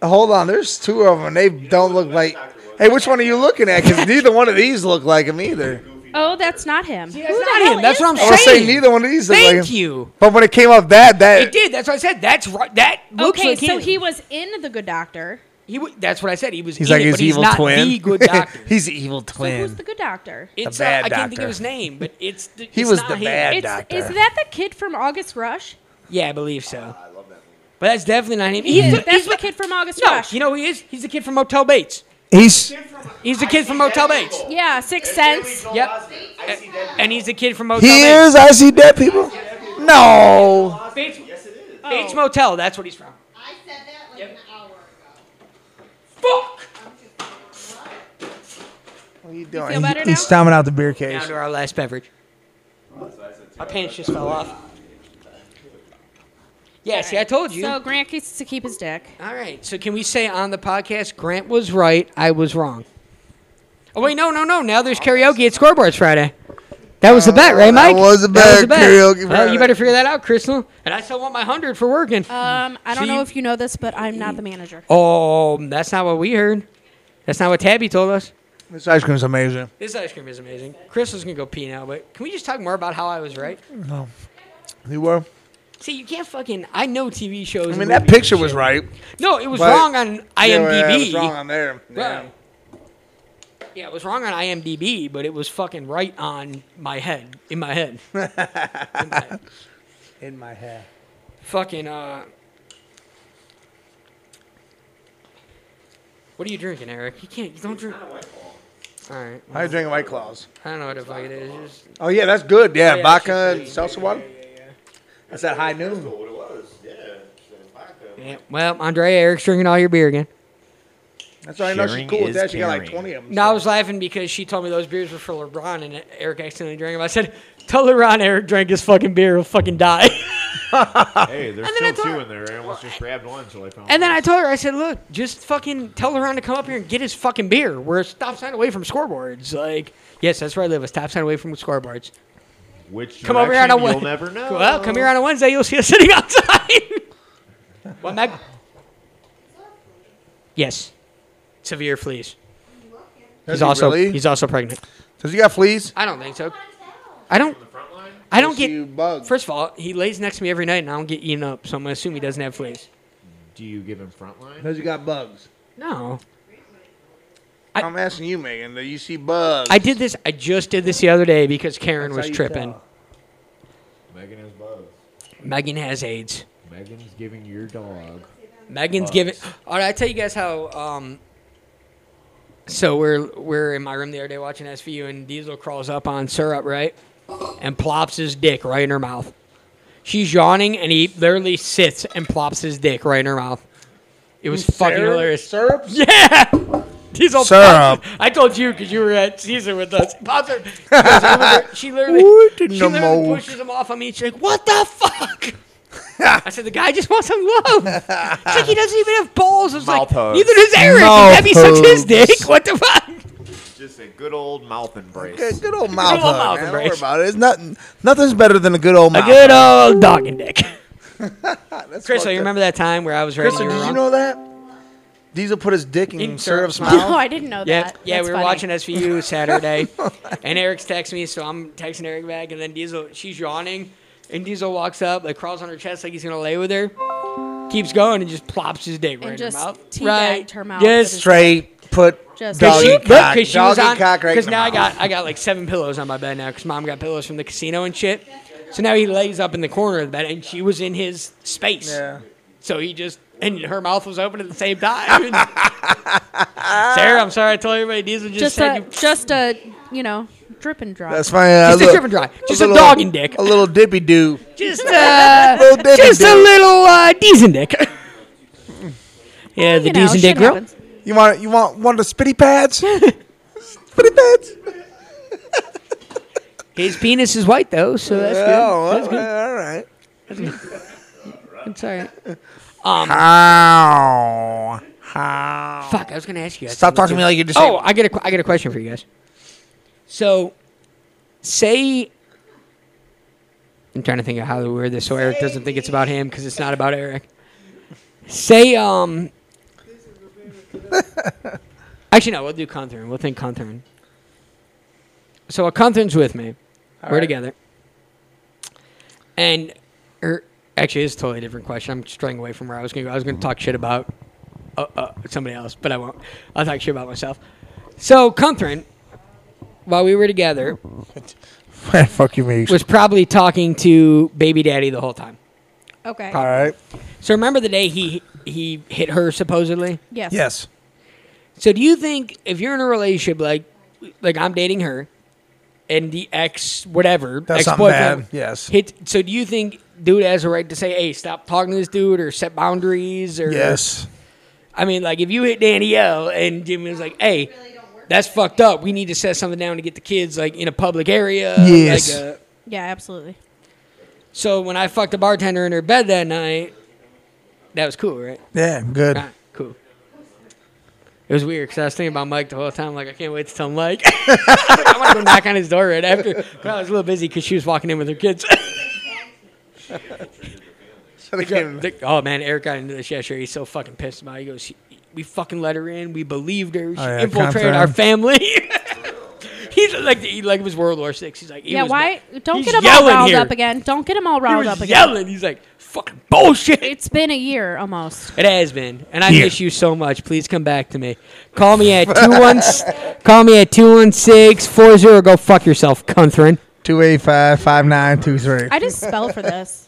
Hold on. There's two of them. They don't look like. Hey, which one are you looking at? Because neither one of these look like him either.
Oh, that's not him.
that's
Who the
not
hell
him. That's
is
what I'm
I
that?
want to say
Shane.
neither one of these look
Thank
like him.
you.
But when it came up that that
It did. That's what I said. That's right. That looks
Okay,
like
so
him.
he was in The Good Doctor.
He w- that's what I said. He was.
he's
in
like
it,
his
but he's
evil
not
twin.
The good doctor.
<laughs> he's the evil
So who's
twin.
the Good Doctor?
it's
the bad
uh, I can't think
doctor.
of his name, but it's. The,
<laughs> He
it's
was
not
the
him.
bad
It's,
doctor.
Is that the kid from August Rush?
Yeah, I believe so. I love that But that's definitely not him.
Yeah,
He's the,
that's the kid from August
no,
Rush.
you know who he is? He's the kid from Motel Bates.
he's
He's the kid from Motel Bates.
yeah, Sixth Sense.
Yep. And he's the kid from Motel
he
Bates.
is. I see dead people. No.
Bates, Bates
Oh.
Motel, that's what he's from.
I said that like an hour ago.
Fuck!
What are you doing?
feel better
He-
now?
he's stomping out the beer
Down
case.
to our last beverage. Our pants just fell off. Yeah, see, I told you.
So Grant gets to keep his dick.
All right, so can we say on the podcast, Grant was right, I was wrong? Oh, wait, no, no, no. Now there's karaoke at Scoreboards Friday. That was the bet, right,
that
Mike?
was the bet, karaoke
Well,
Friday.
you better figure that out, Crystal. And I still want my 100 for working.
Um, I don't
So you-
know if you know this, but I'm not the <laughs> manager.
Oh, that's not what we heard. That's not what Tabby told us.
This ice cream's amazing.
This ice cream is amazing. Chris is gonna go pee now, but can we just talk more about how I was right?
You were.
See, you can't fucking. I know TV shows.
I
and
mean, that
movies and
picture was
shit.
right.
No, it was
but-
wrong on
Yeah, well,
IMDb.
it was wrong on there. Yeah.
Right. Yeah, it was wrong on IMDb, but it was fucking right on my head. In my
<laughs>
head.
In my head.
fucking. uh... What are you drinking, Eric? You can't. You don't drink. All right.
I drink White Claws.
I don't know what the fuck it is. Just
Oh yeah, that's good. Yeah,
yeah,
vodka
that's
and seltzer water. That's that high noon.
what it was. Yeah. Vodka.
Yeah, well, Andrea, Eric's drinking all your beer again.
That's why I know she's
Sharing
cool with
is
that. She got like
caring.
twenty of them.
No, I was laughing because she told me those beers were for LeBron, and Eric accidentally drank them. I said, "Tell LeBron Eric drank his fucking beer, he'll fucking
<laughs>
die." <laughs>
Hey, there's
And then I
still
told
two
her-
in there. I almost just grabbed one until I found
and then I
this.
told her, I said, "Look, just fucking tell LeBron to come up here and get his fucking beer. We're a stop sign away from scoreboards. Like, yes, that's where I live. A stop sign away from scoreboards.
Which
Come over here on a
direction,
Wed-
You'll never know.
Well, come here on a Wednesday, you'll see us <laughs> sitting outside." well, Meg. Yes, severe fleas.
Does
He's
he
also
really?
he's also pregnant.
Does he got fleas?
I don't think so. I don't. I don't get.
you bug.
First of all, he lays next to me every night, and I don't get eaten up, so I'm gonna assume he doesn't have fleas.
Do you give him frontline?
Does he got bugs?
No, I-
I, am asking you, Megan. Do you see bugs?
I did this. I just did this the other day because Karen
That's how
was
you
tripping.
tell.
Megan has bugs.
Megan has AIDS.
Megan's giving your dog.
Megan's
Bugs.
giving. All right, I tell you guys how. Um, so we're we're in my room the other day watching SVU, and Diesel crawls up on syrup right, and plops his dick right in her mouth. She's yawning, and he literally sits and plops his dick right in her mouth. It was fucking
Syrup?
hilarious. <laughs>
Syrups?
Yeah. These old
Syrup.
pops- I told you because you were at Caesar with us. Pops are- she goes over there- She literally,
What
she
in the
literally
mold?
pushes him off on me. She's like, "What the fuck?" I said, "The guy just wants some love." It's like he doesn't even have balls. I was like,
Mouth hugs.
"Neither does Eric."
Mouth
Debbie sucks his
hugs.
dick. <laughs> What the fuck?
Just a good old mouth embrace.
Good, good old mouth.
old
hug,
mouth
man. Don't
embrace.
worry about it. It's nothing. Nothing's better than a good old
A
mouth.
good old dog and dick.
That's
Chris,
fucked
you
up.
remember that time where I was right?
Crystal,
and you were
did you
wrong?
know that? Diesel put his dick in,
In <laughs>
Syrup's
Syrup's mouth.
Oh,
mouth.
I didn't know
Yeah,
that.
yeah,
That's
we were
funny.
watching <laughs> SVU Saturday, and Eric's texting me, so I'm texting Eric back, and then Diesel, she's yawning, and Diesel walks up, like crawls on her chest like he's gonna lay with her, keeps going, and just plops his dick right
And
in her
just
mouth.
teabagged her mouth with
Yes.
his-
Straight put
Just-
Cause
doggy
she,
cock.
look, 'cause she was
doggy
on,
cock right
because
in the
now I
mouth.
got I got like seven pillows on my bed now, because mom got pillows from the casino and shit. So now he lays up in the corner of the bed, and she was in his space.
Yeah.
So he just and her mouth was open at the same <laughs> time. Sarah, I'm sorry I told everybody Diesel just,
Just
said
a,
you
just a, you know, drip and dry.
That's my uh,
Just a drip and dry. Just a
little-
dog and dick.
A little dippy do. <laughs>
Just uh,
Little dippy
just a
do.
little uh, decent dick. <laughs> yeah, the
You know,
decent
shit
dick girl.
happens.
You want you want one of the spitty
<laughs>
pads? spitty pads.
His penis is white though, so that's
Oh,
good. That's good.
all right.
It's all right.
How? How?
Fuck, I was gonna ask you. guys
Stop
something,
talking to
too.
me like you just.
Oh, I get a qu- I get a question for you guys. So, say I'm trying to think of how to word this so Eric doesn't think it's about him because it's not about Eric. Say um. <laughs> Actually, no. We'll do Conthorn. We'll think Conthorn. So a Conthorn's with me. We're together. And er, actually, it's a totally different question. I'm straying away from where I was going to go. I was going to talk shit about uh, uh, somebody else, but I won't. I'll talk shit about myself. So, Cumthrin, while we were together,
say- <laughs> Fuck you, me.
was probably talking to baby daddy the whole time.
Okay.
all right.
So, remember the day he he hit her supposedly?
Yes.
Yes.
So, do you think if you're in a relationship like like I'm dating her and the ex whatever
That's
ex
something
boyfriend
bad, yes.
hit so do you think dude has a right to say hey stop talking to this dude or set boundaries or
Yes.
I mean, like if you hit Danielle and Jimmy was like, "Hey, that's fucked up. We need to set something down to get the kids like in a public area."
Yes.
Like, uh,
Yeah, absolutely.
so when I fucked a bartender in her bed that night, that was cool, right?
Yeah. Good.
Ah, cool. It was weird because I was thinking about Mike the whole time. Like, I can't wait to tell Mike. <laughs> I want to go knock on his door right after. But I was a little busy because she was walking in with her kids. <laughs> The- oh man, Eric got into this yesterday. He's so fucking pissed about. it. He goes, "We fucking let her in. We believed her. She
Oh, yeah,
infiltrated
confirm.
our family." <laughs> he's like, he, like it was World War Six. He's like, he
yeah.
was
Why?
mad.
Don't
He's
get them all
yelling
riled
here.
up again. Don't get them all
He
riled up
was
again.
yelling. He's like, "Fucking bullshit."
It's been a year almost.
It has been, and I
Yeah.
miss you so much. Please come back to me. Call me
<laughs>
at two one. Call me at two one six four zero. Go fuck yourself, Cunthren.
Two eight five five nine two three.
I did a spell
<laughs>
for this.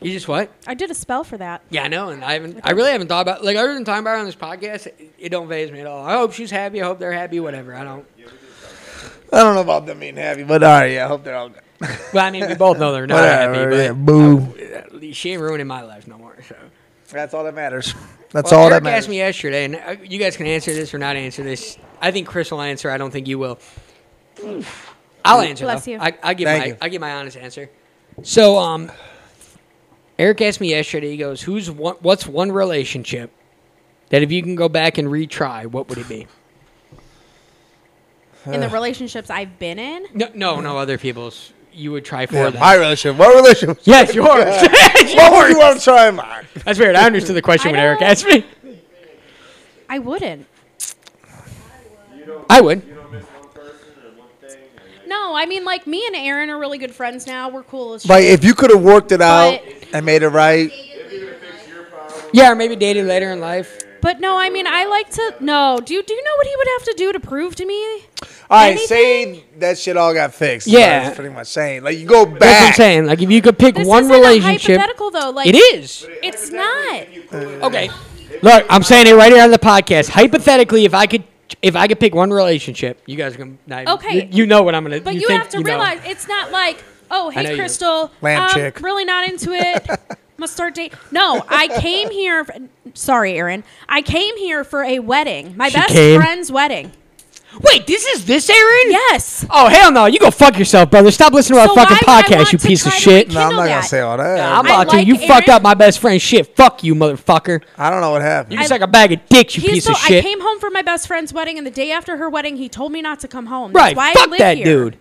You just what?
I did a spell for that.
Yeah, I know, and I haven't. I really haven't thought about like other than talking about her on this podcast. It, it don't phase me at all. I hope she's happy. I hope they're happy. Whatever. I don't.
I don't know about them being happy, but all right. Yeah. I hope they're all good.
Well, I mean, we both know they're not
Whatever. yeah.
happy,
Boo.
but oh. at least she ain't ruining my life no more. So
That's all that matters. That's
Well,
all
Eric
that matters.
asked me yesterday, and uh, you guys can answer this or not answer this. I think Chris will answer. I don't think you will. I'll answer.
Bless
though.
you.
I, I give
Thank
my
you.
I give my honest answer. So, um, Eric asked me yesterday. He goes, "Who's one, what's one relationship that if you can go back and retry, what would it be?"
In the relationships I've been in,
No, no, no other people's. You would try for
Yeah,
them.
my relationship. What relationship?
yes, yours. <laughs>
What would you want to try mine?
That's weird. I understood the question
I
when Eric
don't-
asked me.
I wouldn't.
I would.
No, I mean like me and Aaron are really good friends now. We're cool as shit.
Like if you could have worked it out
But-
and made it right.
Yeah, or maybe dated later in life.
But no, I mean I like to no. Do you do you know what he would have to do to prove to me?
All right, say that shit all got fixed. is what
Yeah.
I was pretty much saying like you go
That's what I'm
back.
saying. Like, if you could pick
This
one
isn't a
relationship,
hypothetical though. Like
it is.
It's not.
Okay. Look, I'm saying it right here on the podcast. Hypothetically, if I could, if I could pick one relationship, you guys are gonna. Not even-
Okay.
You, you know what I'm gonna.
But
you,
you,
think
have to
you know.
realize it's not like, oh,
know
hey,
you do.
Crystal,
Lamb
I'm
chick.
really not into it.
<laughs>
Must start date. No, I came here. f- Sorry, Aaron. I came here for a wedding. My best
came?
friend's wedding.
Wait, this is this Aaron?
Yes.
Oh hell no! You go fuck yourself, brother. Stop listening to
So
our fucking
why would I
podcast,
want
you
to
piece of
try to
shit.
No, I'm not
Kindle
gonna
that.
say all
I'm
that.
I
about to.
like
You
Aaron.
fucked up my best friend. Shit. Fuck you, motherfucker.
I don't know what
You
happened.
can
I-
suck a bag of dicks, you
He's
piece
so,
of shit.
I came home for my best friend's wedding, and the day after her wedding, he told me not to come home. That's
right.
why I
Fuck
live
that
here.
dude.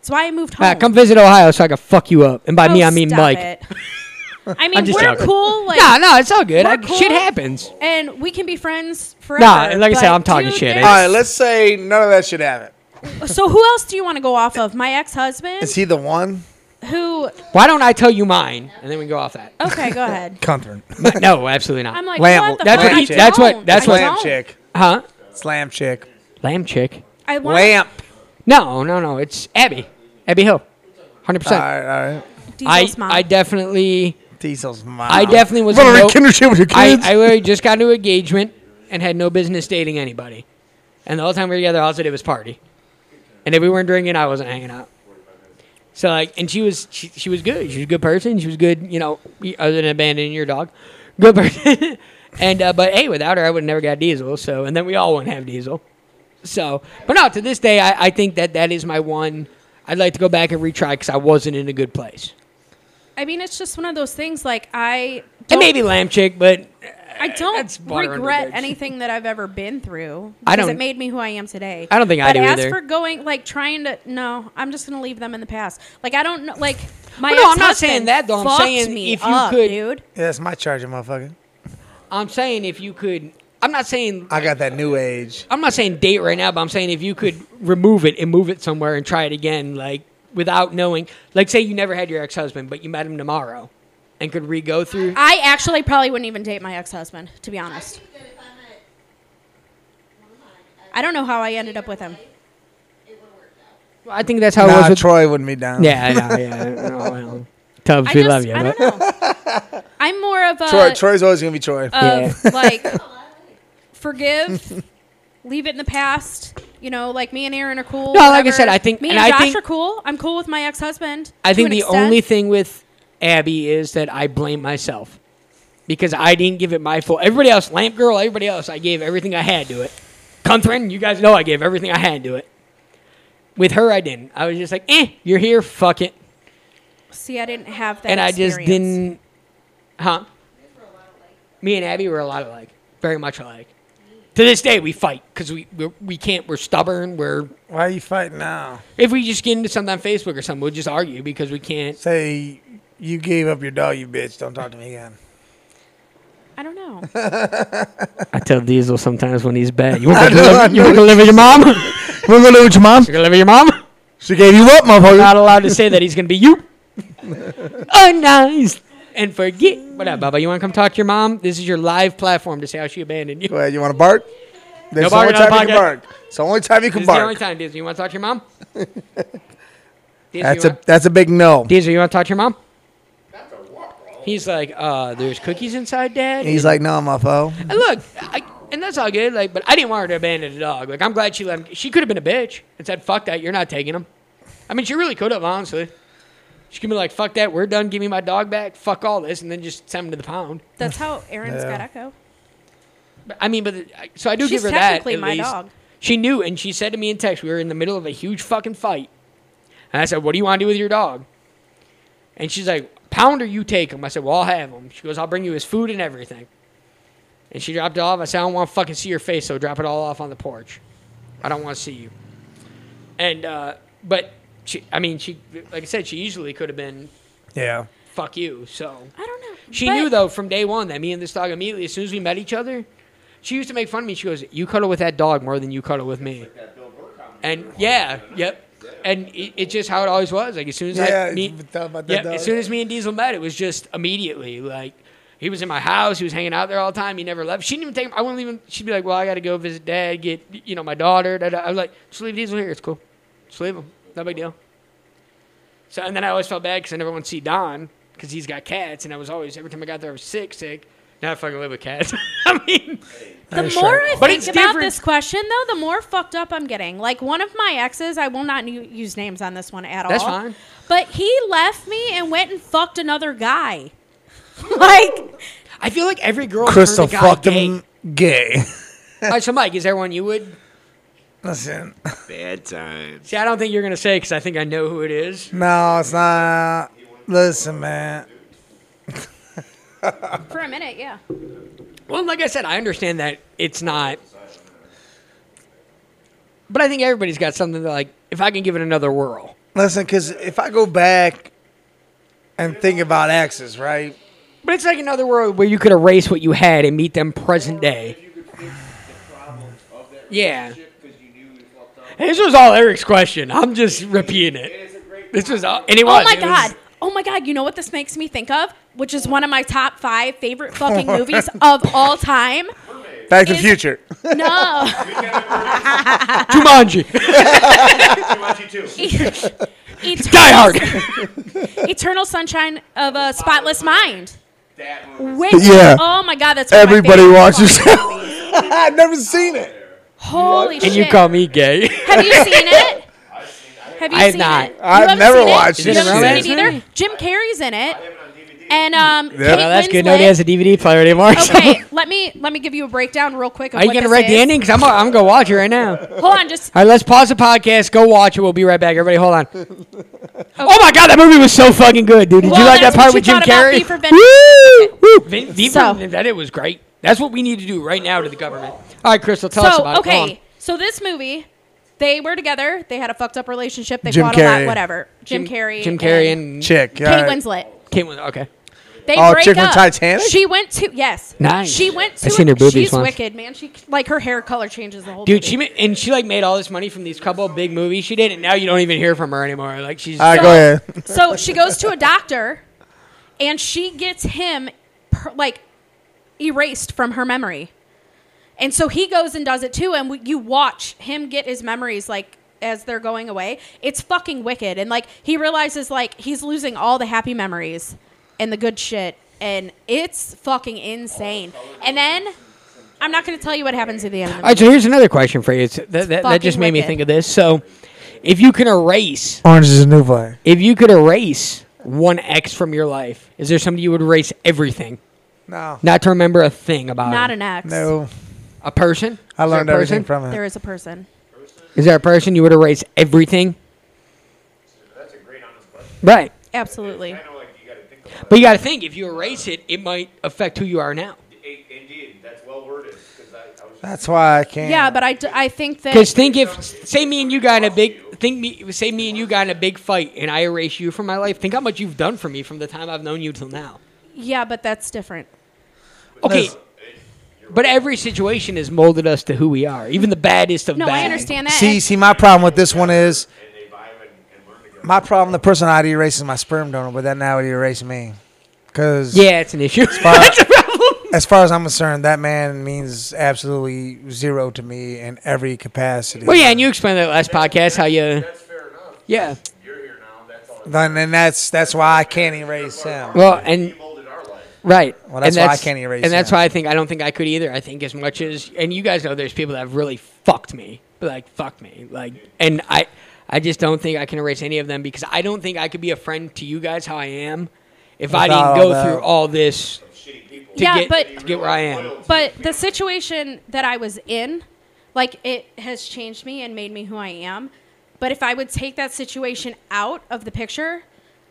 That's why I moved home.
Ah, come visit Ohio so I can fuck you up. And by
Oh,
me, I mean
stop
Mike. <laughs>
it. I
I'm
mean,
just
we're
joking.
cool. Like,
No, no, it's all good.
We're
I-
cool.
Shit happens.
and we can be friends forever.
Nah, and like I said,
but
I'm talking
dude,
shit.
there's-
All right, let's say none of that shit happened.
So who else do you want to go off of? My ex-husband,
Is he the one?
who?
Why don't I tell you mine and then we go off that? <laughs>
Okay, go ahead.
Cuntern.
But no, absolutely not.
I'm like,
Lamb-
what the
that's
fuck?
what
I
he- that's what- <laughs>
don't.
that's
I
what-
Slam
don't.
chick.
huh?
Slam chick.
Lamb chick.
I want
Lamp.
No, no, no. It's Abby. Abby Hill. Hundred
All
percent.
right, all right.
I
Diesel's mom.
I definitely
Diesel's mom.
I definitely was.
What
a
are
no-
you kindership with your
I
kids?
I literally just got into engagement and had no business dating anybody, and the whole time we were together, all I did was party. And if we weren't drinking, I wasn't hanging out. So like, and she was she, she was good. She was a good person. She was good. You know, other than abandoning your dog, good person. <laughs> and uh, but hey, without her, I would have never got Diesel. So and then we all wouldn't have Diesel. So, but no, to this day, I, I think that that is my one. I'd like to go back and retry because I wasn't in a good place.
I mean, it's just one of those things. Like I,
And
don't-
maybe lamb chick, but
I
that's
don't
water under
regret
bridge.
anything that I've ever been through.
I
because
don't-
It made me who I am today.
I don't think I
but
do
as
either.
for going, like trying to, no, I'm just gonna leave them in the past. Like I don't know, like my.
Well, no, I'm not
ex-husband
saying that, though. I'm
fucked
saying
me
if you
up,
could-
dude.
Yeah, that's my charger, motherfucker.
I'm saying if you could, I'm not saying
I got that new age.
I'm not saying date right now, but I'm saying if you could remove it and move it somewhere and try it again, like without knowing, like say you never had your ex husband, but you met him tomorrow, and could re go through.
I actually probably wouldn't even date my ex-husband, to be honest.
think that if I met one of mine, I
I don't know how I ended up with him.
it would work out.
I think that's how it
Nah,
Oh, was. With,
Troy wouldn't be
<laughs>
down.
yeah, I know, yeah, Oh, I know, I know. Tubbs,
I
we
just,
love you.
I
but-
don't know.
<laughs>
I'm more of a
Troy, Troy's always gonna be Troy.
of <laughs> like forgive, leave it in the past. You know, like me and Aaron are cool.
No, like I
whatever.
said, I think-
me
and
and,
I
Josh
think-
are cool. I'm cool with my ex husband.
I think the only thing with Abby is that I blame myself because I didn't give it my full. Everybody else, Lamp Girl, everybody else, I gave everything I had to it. Gunthren, you guys know I gave everything I had to it. With her, I didn't. I was just like, eh, you're here, fuck it.
see, I didn't have that,
and I just
experience.
didn't. Huh? Me and Abby were a lot alike, very much alike. To this day, we fight because we we're, we can't. We're stubborn. We're
Why are you fighting now?
if we just get into something on Facebook or something, we'll just argue because we can't.
Say you gave up your dog, you bitch. Don't talk to me again.
I don't know.
I tell Diesel sometimes when he's bad, <laughs> you want
I
to
know, I
live, you
know.
want to live with your mom? <laughs> you
We're gonna with your mom.
gonna live with your mom?
She gave you up,
You're
motherfucker.
not allowed to say that he's gonna be <laughs> you. oh, nice. And forget. What up, Bubba? You want to come talk to your mom? This is your live platform to say how she abandoned you.
Go ahead. You want to bark? That's
barking on
the only time you can
podcast.
bark. It's the only time you
This
can
is the only
bark.
time, Diesel. You want to talk to your <laughs> mom? Diesel,
That's
you
a
wanna-
that's a big no.
Diesel, you want to talk to your mom? He's like, uh, there's cookies inside, Dad.
He's like, no, mofo.
and look, I, and that's all good. Like, but I didn't want her to abandon the dog. Like, I'm glad she let him. She could have been a bitch and said, "Fuck that, you're not taking him." I mean, she really could have, honestly. She could be like, "Fuck that, we're done. Give me my dog back. Fuck all this," and then just send him to the pound.
That's how Aaron's
Yeah.
got Echo.
But, I mean, but I- so I do give
She's
her that.
technically
at
my
least.
dog.
She knew, and she said to me in text, we were in the middle of a huge fucking fight, and I said, "What do you want to do with your dog?" And she's like, "Pound or you take him." I said, "Well, I'll have him." She goes, "I'll bring you his food and everything." And she dropped it off. I said, "I don't want to fucking see your face, so drop it all off on the porch. I don't want to see you." And uh, but she, I mean, she, like I said, she easily could have been
Yeah.
"fuck you." So
I don't know.
she
But
knew though from day one that me and this dog immediately, as soon as we met each other, she used to make fun of me. She goes, "You cuddle with that dog more than you cuddle with me." And yeah, yep. And it, it's just how it always was. Like as soon as
Yeah,
I
it's
meet,
tough about that
yeah,
dog.
as soon as me and Diesel met, it was just immediately like. He was in my house. He was hanging out there all the time. He never left. She didn't even take him. I wouldn't even. She'd be like, "Well, I got to go visit Dad. Get you know my daughter." Da, da. I was like, "Just leave Diesel here. It's cool. Just leave him. No big deal." So and then I always felt bad because I never want to see Don because he's got cats, and I was always every time I got there I was sick, sick. Now I fucking live with cats. <laughs> I mean,
The more I
But
think
it's
about
different.
this question, though, the more fucked up I'm getting. Like one of my exes, I will not nu- use names on this one at
That's
all.
fine.
But he left me and went and fucked another guy. <laughs> like
I feel like every girl
Crystal
turned a Oh, guy
fucked
gay.
him gay.
All right, so Mike, is there one you would?
<laughs> Listen,
Bad times.
See, I don't think you're gonna say because I think I know who it is.
<laughs> no, it's not. Listen, man.
for a minute, yeah.
Well, like I said, I understand that it's not. But I think everybody's got something that, like, if I can give it another whirl.
Listen, because if I go back and think about exes, right?
But it's like another world where you could erase what you had and meet them present day. Yeah. This was all Eric's question. I'm just repeating it. This was all, and it was.
Oh my
it was-
god. Oh my god, you know what this makes me think of? Which is one of my top five
<laughs>
favorite fucking movies of all time.
Back to the
Is-
Future. <laughs>
No. <laughs>
Jumanji,
E- Eternal,
Die Hard. <laughs>
Eternal Sunshine of a Spotless Mind. Which,
Yeah.
Oh my god, that's one of my
Everybody
favorite
watches. <laughs>
fucking-
I've never seen it.
Holy shit.
and you call me gay.
Have you seen it? Have you
I have
seen
not.
it? You
I've
haven't
never
seen it?
watched
it.
You haven't
Romance
seen it either.
movie?
Jim Carrey's in it, and um, Kate
Well, that's good.
Winslet-
Nobody has a DVD player anymore. so-
Okay, let me let me give you a breakdown real quick.
<laughs>
Of
Are you
what
gonna
this
write the
is.
ending? Because I'm, I'm gonna watch it right now.
<laughs> Hold on, just
All right, let's pause the podcast. Go watch it. We'll be right back. Everybody, hold <laughs> on. Oh my god, that movie was so fucking good, dude. Did
Well,
you like that
that's
part
what
with
you
Jim
thought about
Carrey?
V for Vendetta.
Woo! Woo! Vin, v
So-
for Vendetta was great. That's what we need to do right now to the government. All right, Crystal, tell us
so
about it. Go
okay,
on.
so this movie, they were together. They had a fucked up relationship. They
Jim
fought a
Carrey.
lot. Whatever. Jim, Carrey.
Jim Carrey, and,
Chick.
Kate
all right.
Winslet.
Kate Winslet. Okay.
They
Oh,
break
chick from
up.
Titanic?
She went to yes.
Nice.
She went to.
I've seen her boobies
she's
once.
wicked, man. She like her hair color changes the whole.
Dude,
movie.
she ma- and she like made all this money from these couple big movies she did, and now you don't even hear from her anymore. Like she's
All right, go ahead.
so she goes to a doctor and she gets him per, like erased from her memory and so he goes and does it too and we, you watch him get his memories like as they're going away it's fucking wicked and like he realizes like he's losing all the happy memories and the good shit and it's fucking insane and then i'm not going to tell you what happens at the end of the
All right, so here's another question for you. It's, that that, that
Fucking
just made me
wicked.
think of this. So, if you can erase,
Orange is a new black.
if you could erase one ex from your life, is there somebody you would erase everything,
No.
not to remember a thing about?
not
them?
an ex
No.
A person.
I
Is there a
learned everything
person?
from it.
there is a person
Is there a person you would erase everything?
That's a great honest question.
Right.
absolutely
know, like, you gotta think about
But you got to think. If you erase it, it might affect who you are now.
it. Indeed, that's well worded. Because I, I was
That's why I can't.
yeah but i, d- I think that
Because think if say me and you got in a big think me say me and you got in a big fight and I erase you from my life. Think how much you've done for me from the time I've known you till now.
yeah but that's different
Okay. But every situation has molded us to who we are, even the baddest of
No,
bad.
I understand that.
See,
and-
see, my problem with this one is. My problem, the person I'd erase is my sperm donor, but that now would erase me. <laughs> Because
Yeah, it's an issue. <laughs> That's a problem.
as far as I'm concerned, that man means absolutely zero to me in every capacity.
Well, yeah, and you explained that last podcast how you. That's fair enough. Yeah.
And, and that's that's why I can't erase him.
Well, and right.
Well, that's
and
why I can't erase
And that's
that.
why I think I don't think I could either. I think as much as and you guys know, there's people that have really fucked me, but like fucked me, like, and I, I just don't think I can erase any of them because I don't think I could be a friend to you guys how I am if I
Without
didn't
all
go
that.
through all this. To
Yeah,
get,
but-
to get where I am.
But the situation that I was in, like it has changed me and made me who I am. But if I would take that situation out of the picture,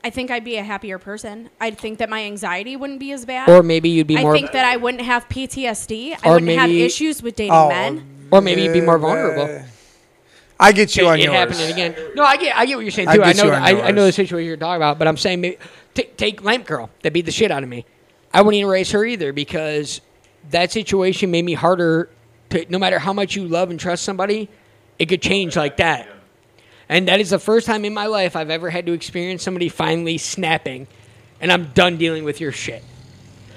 I think I'd be a happier person. I'd think that my anxiety wouldn't be as bad.
Or maybe you'd be
I
more.
think that I wouldn't have PTSD. I
Or
wouldn't have
maybe-
issues with dating
Oh,
men.
Or maybe you'd be more
yeah,
vulnerable.
man. I get you on
it, it
yours.
happening again. No, I get, I get what you're saying
I
too. I,
get
know,
you on
I, I know the
yours.
situation you're talking about, but I'm saying maybe, t- take Lamp Girl that beat the shit out of me. I wouldn't even raise her either because that situation made me harder. To no matter how much you love and trust somebody, it could change like that. And that is the first time in my life I've ever had to experience somebody finally snapping, and I'm done dealing with your shit.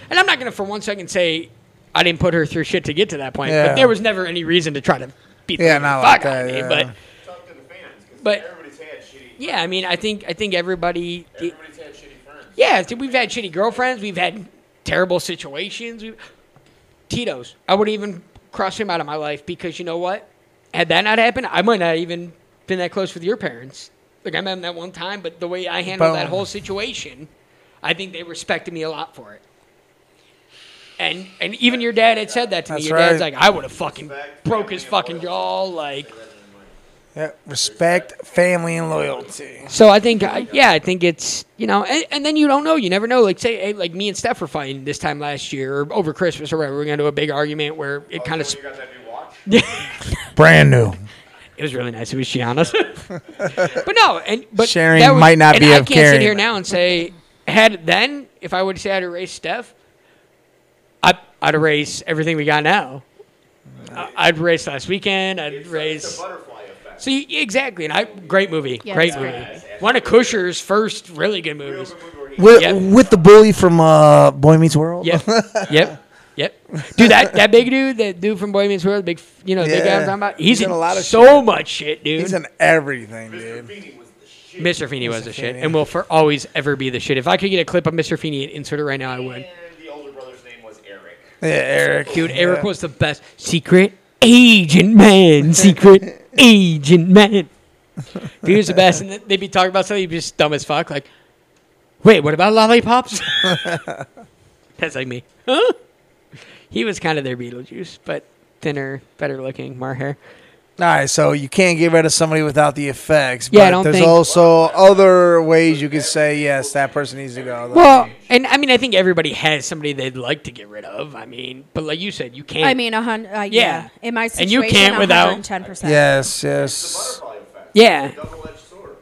And I'm not gonna for one second say I didn't put her through shit to get to that point,
Yeah.
but there was never any reason to try to beat
Yeah,
the
not
fuck
like
out of
that,
me.
yeah.
But
talk to the fans. Because
But-
everybody's had shitty.
yeah, I mean, I think I think everybody.
Everybody's had shitty friends.
Yeah, th- we've had shitty girlfriends. We've had terrible situations. We've, Tito's. I would even cross him out of my life because you know what? Had that not happened, I might not even been that close with your parents. Like I met him that one time, but the way I handled that
Boom.
whole situation, I think they respected me a lot for it. And and even your dad had said that to me.
That's
Your dad's
right.
like, I would have fucking broke his fucking jaw. Like
Yeah, respect, family, and loyalty.
So I think, I, yeah, I think it's you know, and, and then you don't know, you never know. Like say, hey, like me and Steph were fighting this time last year or over Christmas or whatever. We're gonna do a big argument where it kind of
You got that new watch?
Brand new.
it was really nice. It was Shiana's, <laughs> but no, and but
Sharing
that was-
might not
and
be
I
of
can't sit
caring.
here now and say had then if I would say I'd erase Steph, I, I'd erase everything we got now. I, I'd erase last weekend. I'd erase.
Butterfly effect.
So you, exactly, and I great movie,
Yeah,
great
it's
movie.
great.
One of Kusher's first really good movies.
With,
Yep.
with the bully from uh, Boy Meets World. <laughs>
Yep. yep. Yep. Dude, that, that big dude, that dude from Boy Meets World, big, f- you know, big guy I'm
Yeah.
talking about, he's,
He's
in
in a lot of
so much shit, dude.
He's in everything, dude.
Mr. Feeney was the shit
Feeney.
and will for always ever be the shit. If I could get a clip of Mr. Feeney and insert it right now, I would.
The older brother's name was Eric.
Yeah, Eric.
Dude, Eric was <laughs> the best. Secret agent man. Secret agent man. Dude was the best, and they'd be talking about something, you'd be just dumb as fuck. Like, wait, what about lollipops? <laughs> That's like me. <laughs> Huh? He was kind of their Beetlejuice, but thinner, better looking, more hair.
All right, so you can't get rid of somebody without the effects.
Yeah, I
but
don't
there's
think-
also other ways you could say yes, that person needs to go.
Well, and I mean, I think everybody has somebody they'd like to get rid of. I mean, but like you said, you can't.
I mean, a hundred. Uh, yeah.
Yeah.
In my
And
situation,
you can't without-
ten percent.
yes, yes.
Butterfly effect.
Yeah.
Double-edged sword.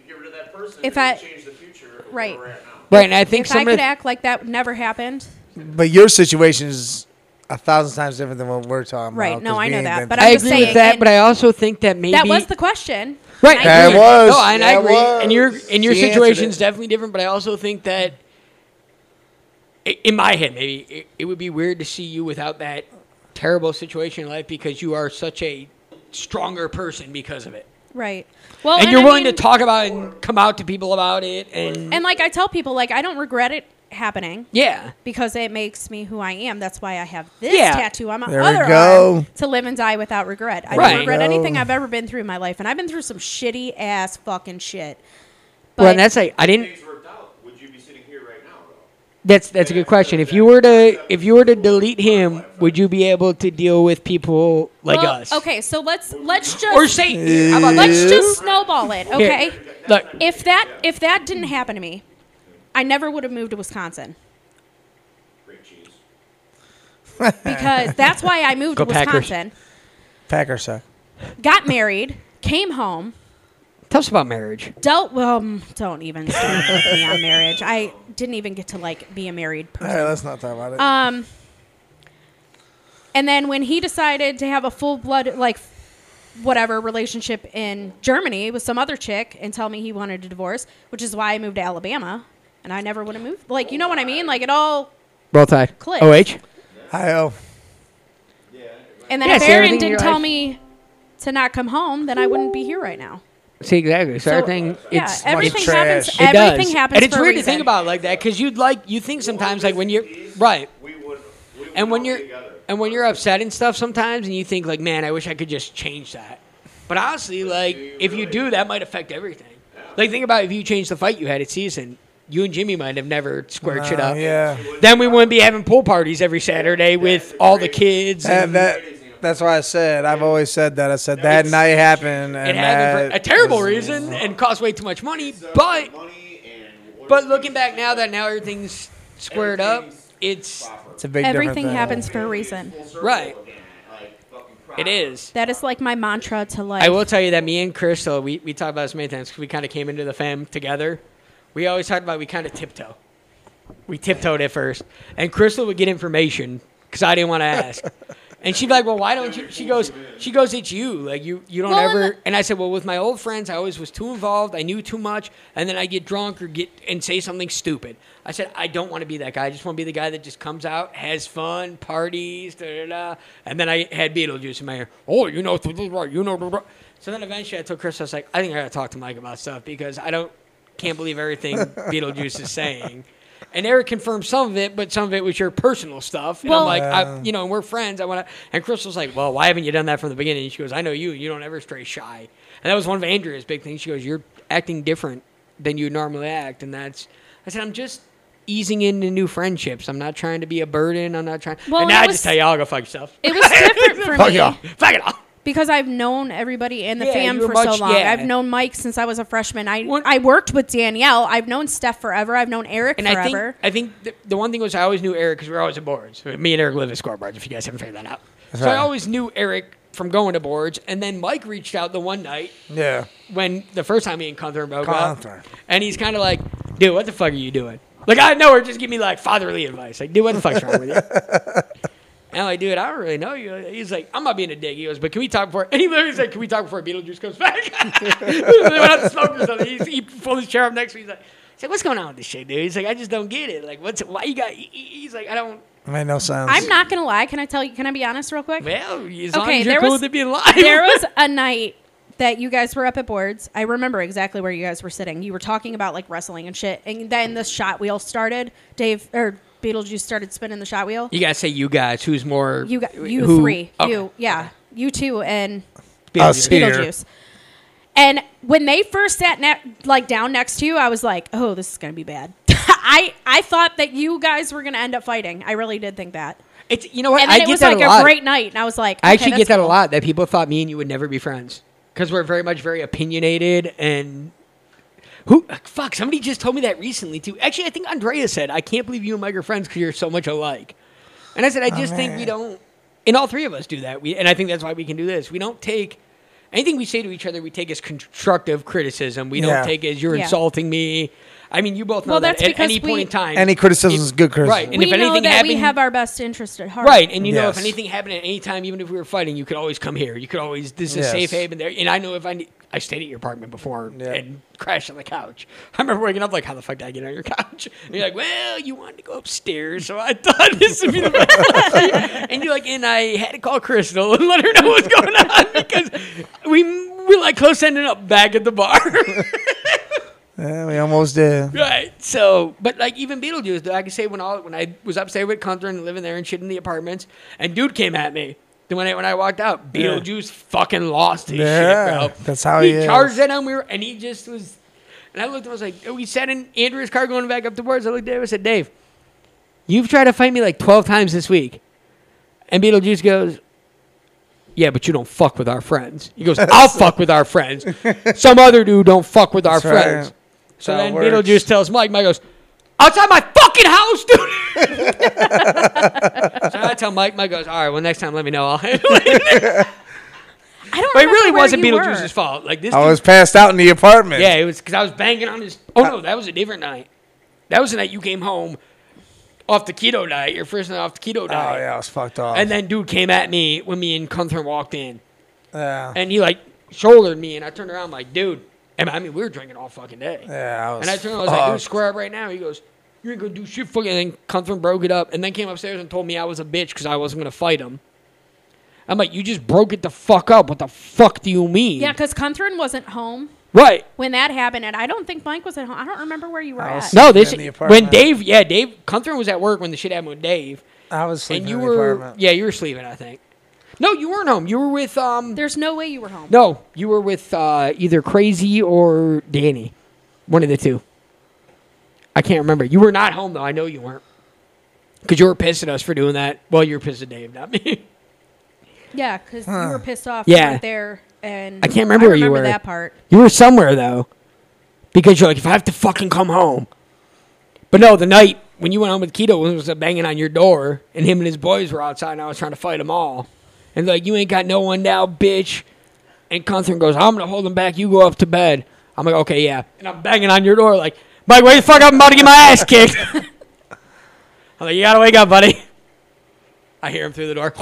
You get rid of that person,
If
it
I-
can change the future. of where
Right.
we're at now.
Right, and I think
If I
some of
could
the-
act like that never happened,
But your situation is a thousand times different than what we're talking
Right,
about.
no,
'cause
I
we
know
ain't
that,
been
but
through
I'm
I
just
agree with
saying,
that,
and-
but I also think that maybe
that was the question.
Right,
I
That
agree.
was.
No, and I
that
agree.
was.
And your and your
She answered
situation's
it.
definitely different, but I also think that i- in my head maybe it, it would be weird to see you without that terrible situation in life because you are such a stronger person because of it.
Right. Well,
and you're
I
willing
mean-
to talk about it and come out to people about it and,
And like I tell people, like I don't regret it happening
yeah.
because it makes me who I am. That's why I have this
Yeah.
tattoo on my
There we
other
go.
arm to live and die without regret. I
Right.
don't regret
There we
anything
go.
I've ever been through in my life, and I've been through some shitty ass fucking shit. But
Well, and that's like I didn't
Things worked out. Would you be sitting here right now, though?
That's that's a good question. If you were to if you were to delete him, would you be able to deal with people like
Well,
us?
Okay, so let's let's just
Or Satan? How
Uh,
about that?
let's just snowball it.
Here,
Okay.
Look,
If that if that didn't happen to me, I never would have moved to Wisconsin.
Great cheese.
Because that's why I moved
Go
to
Packers.
Wisconsin.
Packer suck.
Got married, came home,
tell us about marriage.
dealt well um, don't even start with me on marriage. I didn't even get to like be a married
All
person.
right, let's not talk about it.
Um, and then when he decided to have a full blood, like, whatever relationship in Germany with some other chick and tell me he wanted a divorce, which is why I moved to Alabama. And I never would have moved. Like, you know what I mean? Like, it all.
Roll Tide.
Click.
OH.
I oh,
And then
Yeah,
if
see,
Aaron
everything in
didn't
your
tell
life-
me to not come home, then I wouldn't be here right now.
See exactly. So, everything
yeah,
it's
everything
it's
happens.
trash.
it
Everything
does.
happens.
and it's
for a
weird to
reason.
think about it like that because you'd like you think sometimes like when you're right
We would. We would
and when
all
you're
together.
and when you're upset and stuff sometimes and you think like man I wish I could just change that, but honestly like if you do that might affect everything. Like think about if you change the fight you had at season, you and Jimmy might have never squared shit
uh,
up.
yeah.
Then we wouldn't be having pool parties every Saturday with all the kids.
That,
And
that, that's why I said I've always said that. I said that night happened.
it
And
happened for
that
a terrible
was-
reason and cost way too much money. But
money and what
but looking back now that now everything's squared up, it's
It's a big different
Everything
thing.
happens for a reason.
right.
again, like fucking
It is.
That is like my mantra to life.
I will tell you that me and Crystal, we, we talked about this many times 'cause we kind of came into the fam together. We always talked about we kind of tiptoe. We tiptoed at first. And Crystal would get information because I didn't want to ask. And she'd be like, well, why don't you? She goes, she goes, it's you. Like, you, you don't
Well, and
ever.
the-
and I said, well, with my old friends, I always was too involved. I knew too much. And then I get drunk or get and say something stupid. I said, I don't want to be that guy. I just want to be the guy that just comes out, has fun, parties, da da da. And then I had Beetlejuice in my ear. Oh, you know, th- th- right, you know. th- th- So then eventually I told Chris, I was like, I think I got to talk to Mike about stuff because I don't, can't believe
<laughs>
everything Beetlejuice is saying. And Eric confirmed some of it, but some of it was your personal stuff. And I'm
Well-
like, I, you know, we're friends. I want to. And Crystal's like, well, why haven't you done that from the beginning? And she goes, I know you. You don't ever stray shy. And that was one of Andrea's big things. She goes, you're acting different than you normally act. And that's, I said, I'm just easing into new friendships. I'm not trying to be a burden. I'm not trying.
Well,
and
it
now I
was-
just tell y'all, go fuck yourself.
It was different for
Fuck
me.
y'all. <laughs> Fuck it all.
because I've known everybody in the
Yeah,
fam
you were
for so
much-
long.
yeah.
I've known Mike since I was a freshman. I
What-
I worked with Danielle. I've known Steph forever. I've known Eric
And
forever.
I think I think the, the one thing was I always knew Eric because we were always at boards. Me and Eric live at scoreboards. If you guys haven't figured that out, so I
right.
always knew Eric from going to boards. And then Mike reached out the one night
Yeah.
when the first time me and Gunther broke
Gunther.
up, and he's kind of like, "Dude, what the fuck are you doing?" Like I know her, just give me like fatherly advice. Like, dude, what the fuck's wrong with you? And
<laughs>
I'm like, dude, I don't really know you. He's like, I'm not being a dick. He goes, but can we talk before? <laughs> And he literally said, can we talk before Beetlejuice comes back? <laughs> we went out to smoke or something. He's, he pulled his chair up next to me. He's like, he's like, what's going on with this shit, dude? He's like, I just don't get it. Like, what's why you got? he- he- He's like, I don't.
Made no sense.
I'm not gonna lie. Can I tell you? Can I be honest real quick?
Well, as long
Okay,
as you're
there
cool
was-
to be alive.
<laughs> there was a night that you guys were up at boards. I remember exactly where you guys were sitting. You were talking about like wrestling and shit, and then the shot wheel started. Dave or Beetlejuice started spinning the shot wheel.
<laughs> you gotta say you guys. Who's more?
You got you
who-
three.
Okay.
You yeah. You two and
Us
Beetlejuice.
here.
Beetlejuice. And when they first sat ne- like down next to you, I was like, "Oh, this is gonna be bad." <laughs> I I thought that you guys were gonna end up fighting. I really did think that.
It's you know what
And
I get
then it was
that
like
a
a,
lot.
great night, and I was like,
I
"Okay,
actually
that's
get that a
cool."
lot that people thought me and you would never be friends because we're very much very opinionated and who fuck somebody just told me that recently too. Actually, I think Andrea said I can't believe you and Mike are friends because you're so much alike. And I said I just think we don't. And all three of us do that. We and I think that's why we can do this. We don't take anything we say to each other. We take as constructive criticism. We
Yeah.
don't take as you're
Yeah.
insulting me. I mean, you both know
Well,
that
that's
at any
because
point
we-
in time,
Any criticism
if-
is good criticism.
Right, and
we
if
know
anything
that
happened,
we have our best interest at heart.
Right, and you know if
Yes.
anything happened at any time, even if we were fighting, you could always come here. You could always this is
Yes.
a safe haven there. And I know if I need, I stayed at your apartment before
Yeah.
and crashed on the couch. I remember waking up like, how the fuck did I get on your couch? <laughs> And you're like, well, you wanted to go upstairs, so I thought <laughs> this would be the best. place." <laughs> and you're like, and I had to call Crystal and let her know what's going on <laughs> because we we like close ending up back at the bar. <laughs>
Yeah, we almost did.
Right. So, but like even Beetlejuice, like I say, when all when I was upstairs with Gunther and living there and shit in the apartments, and dude came at me. Then when I when I walked out, Beetlejuice fucking lost his
Yeah,
shit, bro.
that's how he is.
charged at him. We were, and he just was. And I looked at him. I was like, we sat in Andrew's car going back up to Boards. I looked at him. I said, Dave, you've tried to fight me like twelve times this week, and Beetlejuice goes. Yeah, but you don't fuck with our friends.
<laughs>
He goes, I'll fuck with our friends. Some other dude don't fuck with our
That's right.
friends. So
That's
then
how it works.
Beetlejuice tells Mike, Mike goes, outside my fucking house,
<laughs>
dude. so I tell Mike, Mike goes, all right, well, next time let me know. I'll
<laughs>
handle it.
I don't.
But it
remember
really
where
wasn't
you were.
Beetlejuice's fault. Like this
I
dude-
was passed out in the apartment.
yeah, it was because I was banging on his. Oh, no, that was a different night. That was the night you came home off the keto diet, your first night off the keto
Oh
diet.
yeah, I was fucked off.
And then dude came at me when me and Gunther walked in.
yeah,
And he like shouldered me, and I turned around like, dude. And I mean, we were drinking all fucking day.
yeah, I was.
And I turned around, I was like, dude,
fucked.
square up right now. He goes, you ain't gonna do shit for you. And then Cunthorne broke it up and then came upstairs and told me I was a bitch because I wasn't gonna fight him. I'm like, you just broke it the fuck up. What the fuck do you mean?
Yeah, because Cunthren wasn't home
Right.
when that happened, and I don't think Mike was at home. I don't remember where you were
I was-
at.
No,
In
this
the apartment.
when Dave, yeah, Dave Cunthorne was at work when the shit happened with Dave,
I was sleeping
and you
in the
were,
apartment.
yeah, you were sleeping, I think. No, you weren't home. You were with um,
There's no way you were home.
no, you were with uh, either Crazy or Danny, one of the two. I can't remember. You were not home though. I know you weren't, because you were pissed at us for doing that. Well, you were pissed at Dave, not me. <laughs>
Yeah, because you were pissed off.
Yeah.
Yeah, there, and
I can't remember where you were.
That part.
You were somewhere though, because you're like, if I have to fucking come home. But no, the night when you went home with Keto it was a banging on your door, and him and his boys were outside, and I was trying to fight them all, and like, you ain't got no one now, bitch. And Gunther goes, I'm gonna hold him back. You go up to bed. I'm like, okay, yeah. And I'm banging on your door, like, Mike, wake the fuck up! I'm about to get my ass kicked. <laughs> I'm like, you gotta wake up, buddy. I hear him through the door.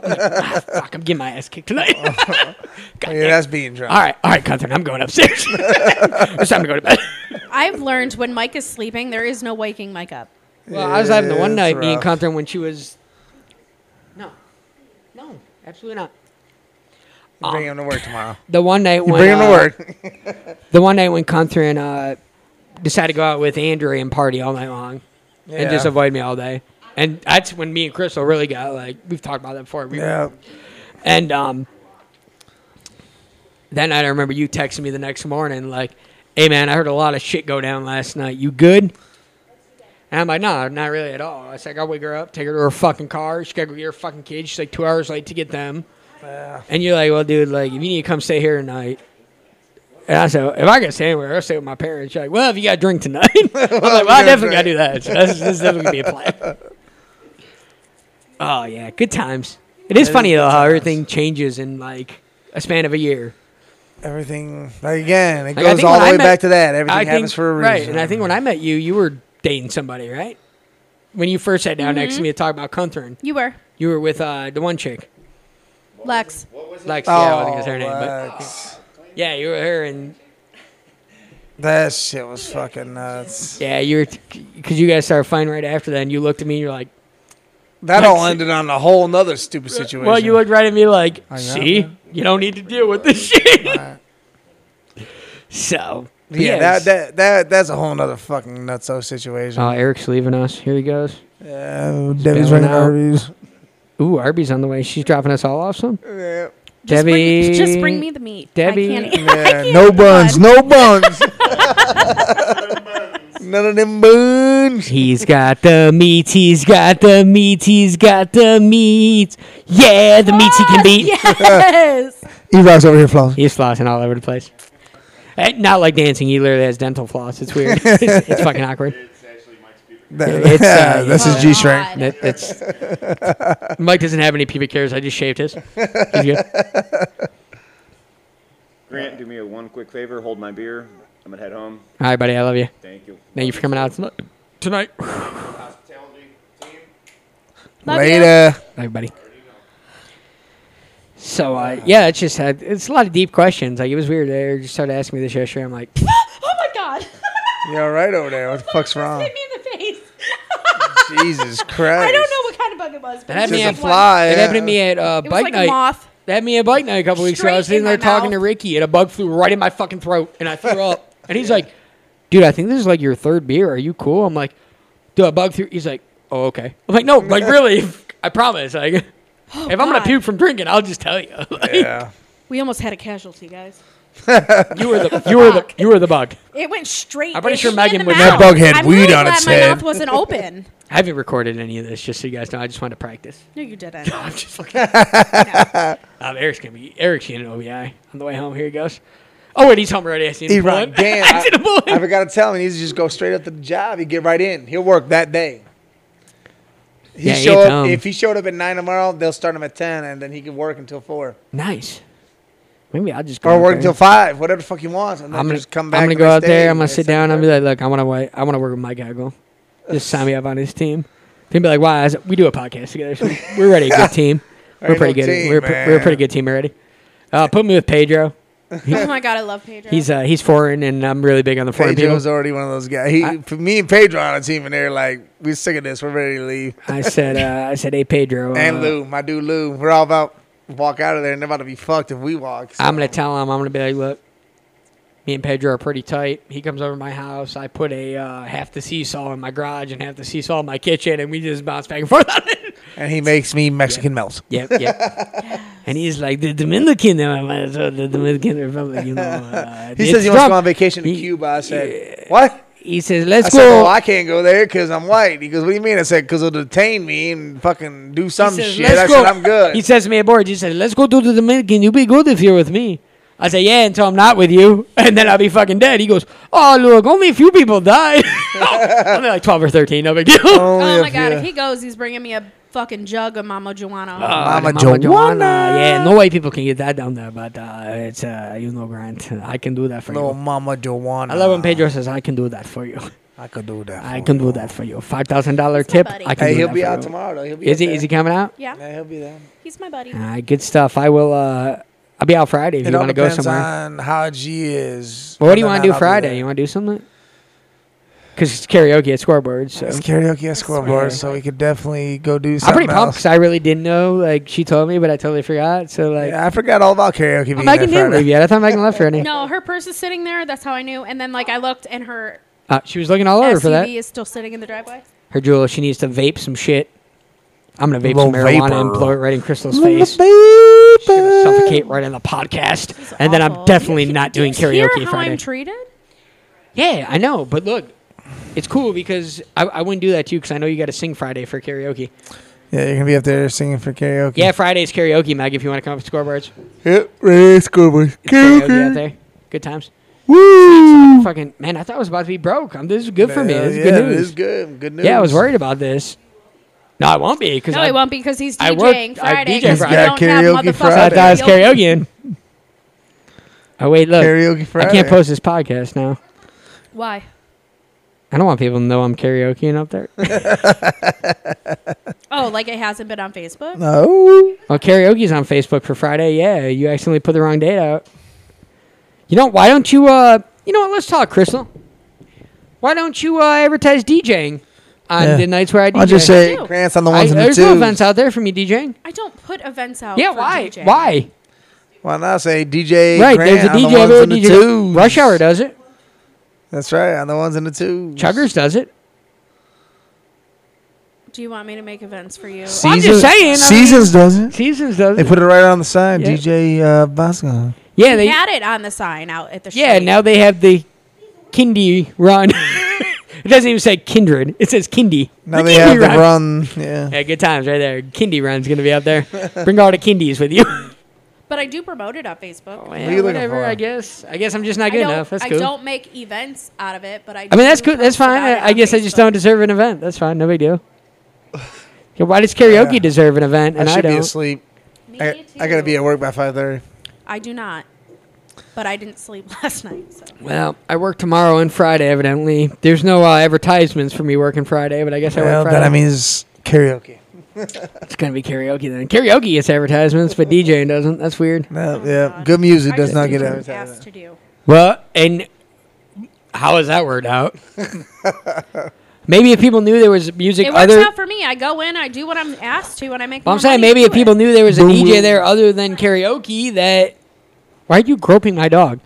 <laughs> fuck, I'm getting my ass kicked tonight. <laughs>
Oh, yeah, that's being drunk.
All right, all right, Catherine, I'm going upstairs. <laughs> it's time to go to bed.
I've learned when Mike is sleeping, there is no waking Mike up.
<laughs> Well, I was having the one
It's
night, me and
rough.
Catherine, when she was. No, no, absolutely not.
You bring him to work tomorrow.
The one night
You
when
bring him to
uh,
work.
The one night when Catherine uh, decided to go out with Andrew and party all night long, and just
Yeah.
avoid me all day. And that's when me and Crystal really got like we've talked about that before. We
Yeah.
And um, that night, I remember you texting me the next morning, like, "Hey, man, I heard a lot of shit go down last night. You good?" And I'm like, "No, not really at all." I said, "I gotta wake her up, take her to her fucking car. She gotta go get her fucking kids. She's like two hours late to get them." And you're like, "Well, dude, like, if you need to come stay here tonight." And I said, if I could stay anywhere, I'll stay with my parents. You're like, well, if you got to drink tonight. <laughs> I'm like, well, I
gotta
definitely got to do that. So that's, that's definitely going to be a plan. <laughs> Oh yeah, good times. It is funny though how everything changes in like a span of a year.
Everything like, again, it
Like, I
goes
think
all the
when I
way
met-
back to that. Everything
I think-
happens for a reason.
right? And I think when I met you, you were dating somebody, right? When you first sat down next
Mm-hmm.
to me to talk about Cuntern,
You were
you were with uh, the one chick,
Lex.
Lexi.
oh,
yeah, I wasn't gonna say her name, but
Lex.
yeah, you were her, and
that shit was fucking nuts.
yeah, you were because you guys started fighting right after that, and you looked at me, and you're like,
That all ended on a whole nother stupid situation.
well, you looked right at me like,
I know,
see,
man.
you don't need to deal with this <laughs> shit.
Right.
So
yeah, that, that that that's a whole nother fucking nutso situation.
Oh, Eric's leaving us. Here he goes.
Yeah, Debbie's
Spilling
running
out.
Arby's.
Ooh, Arby's on the way. She's dropping us all off some.
Yeah.
Just bring,
Debbie-
just bring me the meat.
Debbie-
<laughs> I can't eat.
Yeah, no buns,
<laughs>
no buns. <laughs> None of them buns.
He's got the meat. He's got the meat. He's got the meat. Yeah, the meat he can beat. <laughs>
Yes.
E-Rock's over here flossing.
He's flossing all over the place. Eh, Not like dancing. He literally has dental floss. It's weird. it's, it's fucking awkward.
It's actually Mike's
<laughs>
pubic.
<laughs>
It's, uh,
That's
Oh,
his G string.
God.
That, that's Mike doesn't have any pubic hairs. I just shaved his. He's good.
Grant, do me a one quick favor. Hold my beer. I'm gonna head home.
All right, buddy. I love you.
Thank you.
Thank you for coming out tonight. Tonight.
Hospitality team.
Love you.
Later.
everybody. So uh, yeah, it's just had it's a lot of deep questions. Like it was weird. They just started asking me this yesterday. I'm like,
Oh my
<laughs>
god.
You all right over there? What the fuck's wrong?
Hit me in the face. <laughs>
Jesus Christ.
I don't know what kind of bug it was.
that
But
happened, to
Just
me
a
at,
fly,
that
yeah.
happened to me at uh,
it was
bike
like
night.
a moth.
That happened to me at bike night a couple weeks ago. I was
Straight
sitting
in
there
my
talking to
mouth.
Ricky, and a bug flew right in my fucking throat, and I threw
<laughs>
up. And he's like, "Dude, I think this is like your third beer. Are you cool?" I'm like, "Dude, a bug through." He's like, "Oh, okay." I'm like, "No, like really, I promise."
<laughs>
Like, <laughs> if I'm gonna
Oh, God.
puke from drinking, I'll just
<laughs>
tell you. Like,
Yeah.
We almost had a casualty, guys.
You were the you were the you were the bug.
It went straight.
I'm pretty
it
sure
hit me in
Megan
the
would
mouth.
know. That
bug had
I'm
weed
really
on
glad
its
my
head.
mouth wasn't open.
I haven't recorded any of this, just so you guys know. I just wanted to practice.
No, you
<laughs>
didn't.
I'm just fucking.
<laughs>
um, Eric's gonna be Eric's getting an OBI on the way home. Here he goes. Oh wait, he's home already. I seen him pull <laughs>
E-Rock,
in.
damn.
I seen him pull
I
in.
forgot to tell him. He needs to just go straight up to the job. He get right in. He'll work that day. He
Yeah, he
show up,
dumb.
if he showed up at nine tomorrow, they'll start him at ten, and then he can work until four
Nice. Maybe I'll just go
or
out
work
there.
until five, whatever the fuck he wants, and then
I'm gonna
just come back.
I'm gonna
the
go
next
out
day
there. I'm gonna
and
sit
say,
down. I'm gonna be like, look, I want to wait. I want to work with Mike
<sighs>
Gaggle. Just sign me up on his team. He'll be like, why? I said, we do a podcast together.
<laughs>
So we're already a good team. We're
Ain't
pretty
no
good.
team,
we're, pre- we're a pretty
man.
good team already. Uh, put me with Pedro.
oh my god, I love Pedro.
He's uh, he's foreign, and I'm really big on the foreign people.
Pedro's already one of those guys. He,
I-
for me and Pedro on a team, and they're like, we're sick of this. We're ready to leave.
I
<laughs>
said, uh, I said, hey Pedro, uh,
and Lou, my dude Lou, we're all about walk out of there, and they're about to be fucked if we walk. so-
I'm gonna tell him. I'm gonna be like, look, me and Pedro are pretty tight. He comes over to my house. I put a uh, half the seesaw in my garage and half the seesaw in my kitchen, and we just bounce back and forth on
<laughs>
it.
and he makes me Mexican melt.
Yep, yep. <laughs> And he's like the Dominican, uh, the Dominican Republic. You know, uh,
He
it's
says he wants to
from-
go on vacation to
He-
Cuba. I said, what?
He says,
I
let's
said, well,
go.
I can't go there because I'm white. He goes, what do you mean? I said, because they'll detain me and fucking do some
He says,
shit.
"Let's
I
go."
said, I'm good.
He says to me aboard, he says, let's go to the Dominican. You'll be good if you're with me. I say, yeah, until I'm not with you. <laughs> And then I'll be fucking dead. He goes, oh, look, only a few people <laughs> died. only like 12 or 13, no big deal. <laughs>
Only
oh my
if
god,
you-
if he goes, he's bringing me a fucking jug of Mama Joanna.
Uh,
Mama
the
Joanna.
Yeah, no white people can get that down there, but uh, it's, uh, you know, Grant, I can do that for
Little
you.
Mama Joanna.
I love when Pedro says, I can do that for you.
I could do that.
I
for
can
you.
do that for you. $5,000 tip.
buddy.
I can
Hey,
do
he'll
that
be
for
out
you.
tomorrow. though. He'll be
Is
out
he, is he
there.
coming out?
yeah,
Yeah, he'll be there.
he's my buddy.
All right, good stuff. I will. Uh, I'll be out Friday if
it
you
all
want to go
depends
somewhere.
on how G is.
Well, what do you
whether or
want to do
not I'll be
Friday?
there.
You want to do something? Because it's karaoke at Scoreboard, so
It's karaoke at
swear.
scoreboard, so we could definitely go do something
I'm pretty pumped
else.
because I really didn't know. Like she told me, but I totally forgot. So like,
Yeah, I forgot all about karaoke. Being
Megan
there
didn't leave
Friday.
yet. I thought Megan left already.
<laughs> No, her purse is sitting there. That's how I knew. And then like I looked, and her
Uh, she was looking all over
SUV
for that.
is still sitting in the driveway.
Her jewel. She needs to vape some shit. I'm gonna vape
Little
some marijuana and
vapor.
blow it right in Crystal's face. She's gonna Suffocate right on the podcast,
It's
and then I'm
awful.
definitely
Do you-
not
do you
doing
hear
karaoke
how
Friday.
I'm treated?
yeah, I know, but look, it's cool because I, I wouldn't do that to you because I know you got to sing Friday for karaoke.
Yeah, you're gonna be up there singing for karaoke.
Yeah, Friday's karaoke, Meg. If you want to come up to scoreboards,
Yep, ready to scoreboard.
karaoke out
Karaoke.
there. Good times.
Woo!
Fucking man, I thought I was about to be broke. I'm, this is good for me.
Hell
This is
yeah,
good
It
news.
is good. Good news.
Yeah, I was worried about this. No, I won't be because
No,
I,
it won't because he's
I
DJing
worked- I
Friday.
DJ
'cause we
Friday.
don't have
Karaoke
motherfucking
Friday.
I thought I was
karaoke.
karaoke in. Oh wait, look,
Karaoke Friday.
I can't post this podcast now.
Why?
I don't want people to know I'm karaokeing up
<laughs>
there.
Oh, like it hasn't been on Facebook.
No.
well, karaoke's on Facebook for Friday. Yeah, you accidentally put the wrong date out. You know why don't you? uh You know what? Let's talk, Crystal. Why don't you uh, advertise DJing on
Yeah.
the nights where I DJ?
I'll just say
do.
grants on the
I,
ones and the
there's no
twos.
events out there for me DJing.
I don't put events out.
yeah,
for
why?
DJing.
Why?
Why not say DJ?
right,
Grant
there's a
on
DJ
the ones
everywhere.
and the
DJ.
twos.
Rush Hour does it.
That's right, on the ones and the twos.
Chuggers does it.
Do you want me to make events for you?
I'm just
Seasons-
saying, I mean-
Seasons doesn't.
Seasons does.
They put it right on the sign.
Yeah.
DJ uh, Bosco.
yeah, they.
they had it on the sign out at the
Yeah,
street.
now they have the Kindy run. <laughs> it doesn't even say Kindred. It says Kindy.
Now they have the
Kindy
run. Yeah.
Yeah, good times right there. Kindy run's gonna be out there. Bring all the Kindies with
<laughs>
you.
But I do promote it on Facebook.
Oh, Yeah,
you looking
whatever.
for?
I guess. I guess I'm just not
I
good
don't,
enough. That's
I
cool.
don't make events out of it, but I.
I mean, that's
do
cool. That's
post
fine.
about it
I, I
on
guess I just
Facebook.
don't deserve an event. That's fine. No big deal. <laughs> Yeah, Why does karaoke
Yeah.
deserve an event
I
and I,
should be
don't?
asleep.
Me
I, I gotta be
too.
at work by five thirty.
I do not. But I didn't sleep <laughs> last night. So.
Well, I work tomorrow and Friday. Evidently, there's no uh, advertisements for me working Friday, but I guess I work
Well,
Friday.
that I mean is karaoke.
Oh
it's gonna be karaoke then. Karaoke gets advertisements, but DJing doesn't. That's weird.
No, yeah, good music does not get
asked
advertised.
to do.
Well, and how is that word out? maybe if people knew there was music
It works
other.
out for me. I go in, I do what I'm asked to, and I make.
Well, I'm
more
saying
money
maybe
to
if
do
people
it.
knew there was a
Boo.
DJ there other than karaoke, that why are you groping my dog?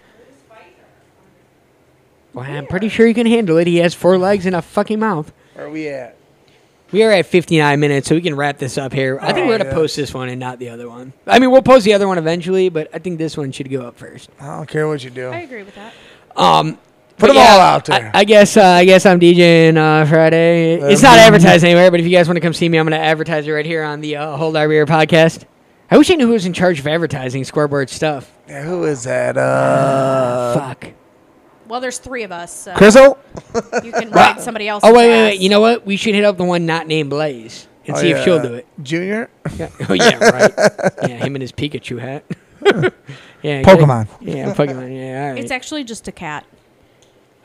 Well, I'm pretty sure you can handle it. He has four legs and a fucking mouth.
Where are we at?
We are at 59 minutes, so we can wrap this up here. I think we're gonna
yeah.
post this one and not the other one. I mean, we'll post the other one eventually, but I think this one should go up first.
I don't care what you do.
I agree with that.
Put
But
them all out
I-
there.
I, guess uh, I guess I'm DJing uh, Friday.
Uh,
it's not advertised anywhere, but if you guys want to come see me, I'm going to advertise it right here on the uh, Hold Our Beer podcast. I wish I knew who was in charge of advertising Squareboard stuff.
Yeah, who is that? Uh,
Fuck.
Well, there's three of us, so
Crizzle.
you can ride somebody else.
Oh wait, wait, wait. You know what? We should hit up the one not named Blaze and
Oh,
see if she'll
yeah.
do
<laughs>
it.
Junior.
Yeah. Oh yeah, right. yeah, him and his Pikachu hat.
<laughs>
<laughs> yeah. get it?
Pokemon.
Yeah, Pokemon. Yeah. All right.
It's actually just a cat.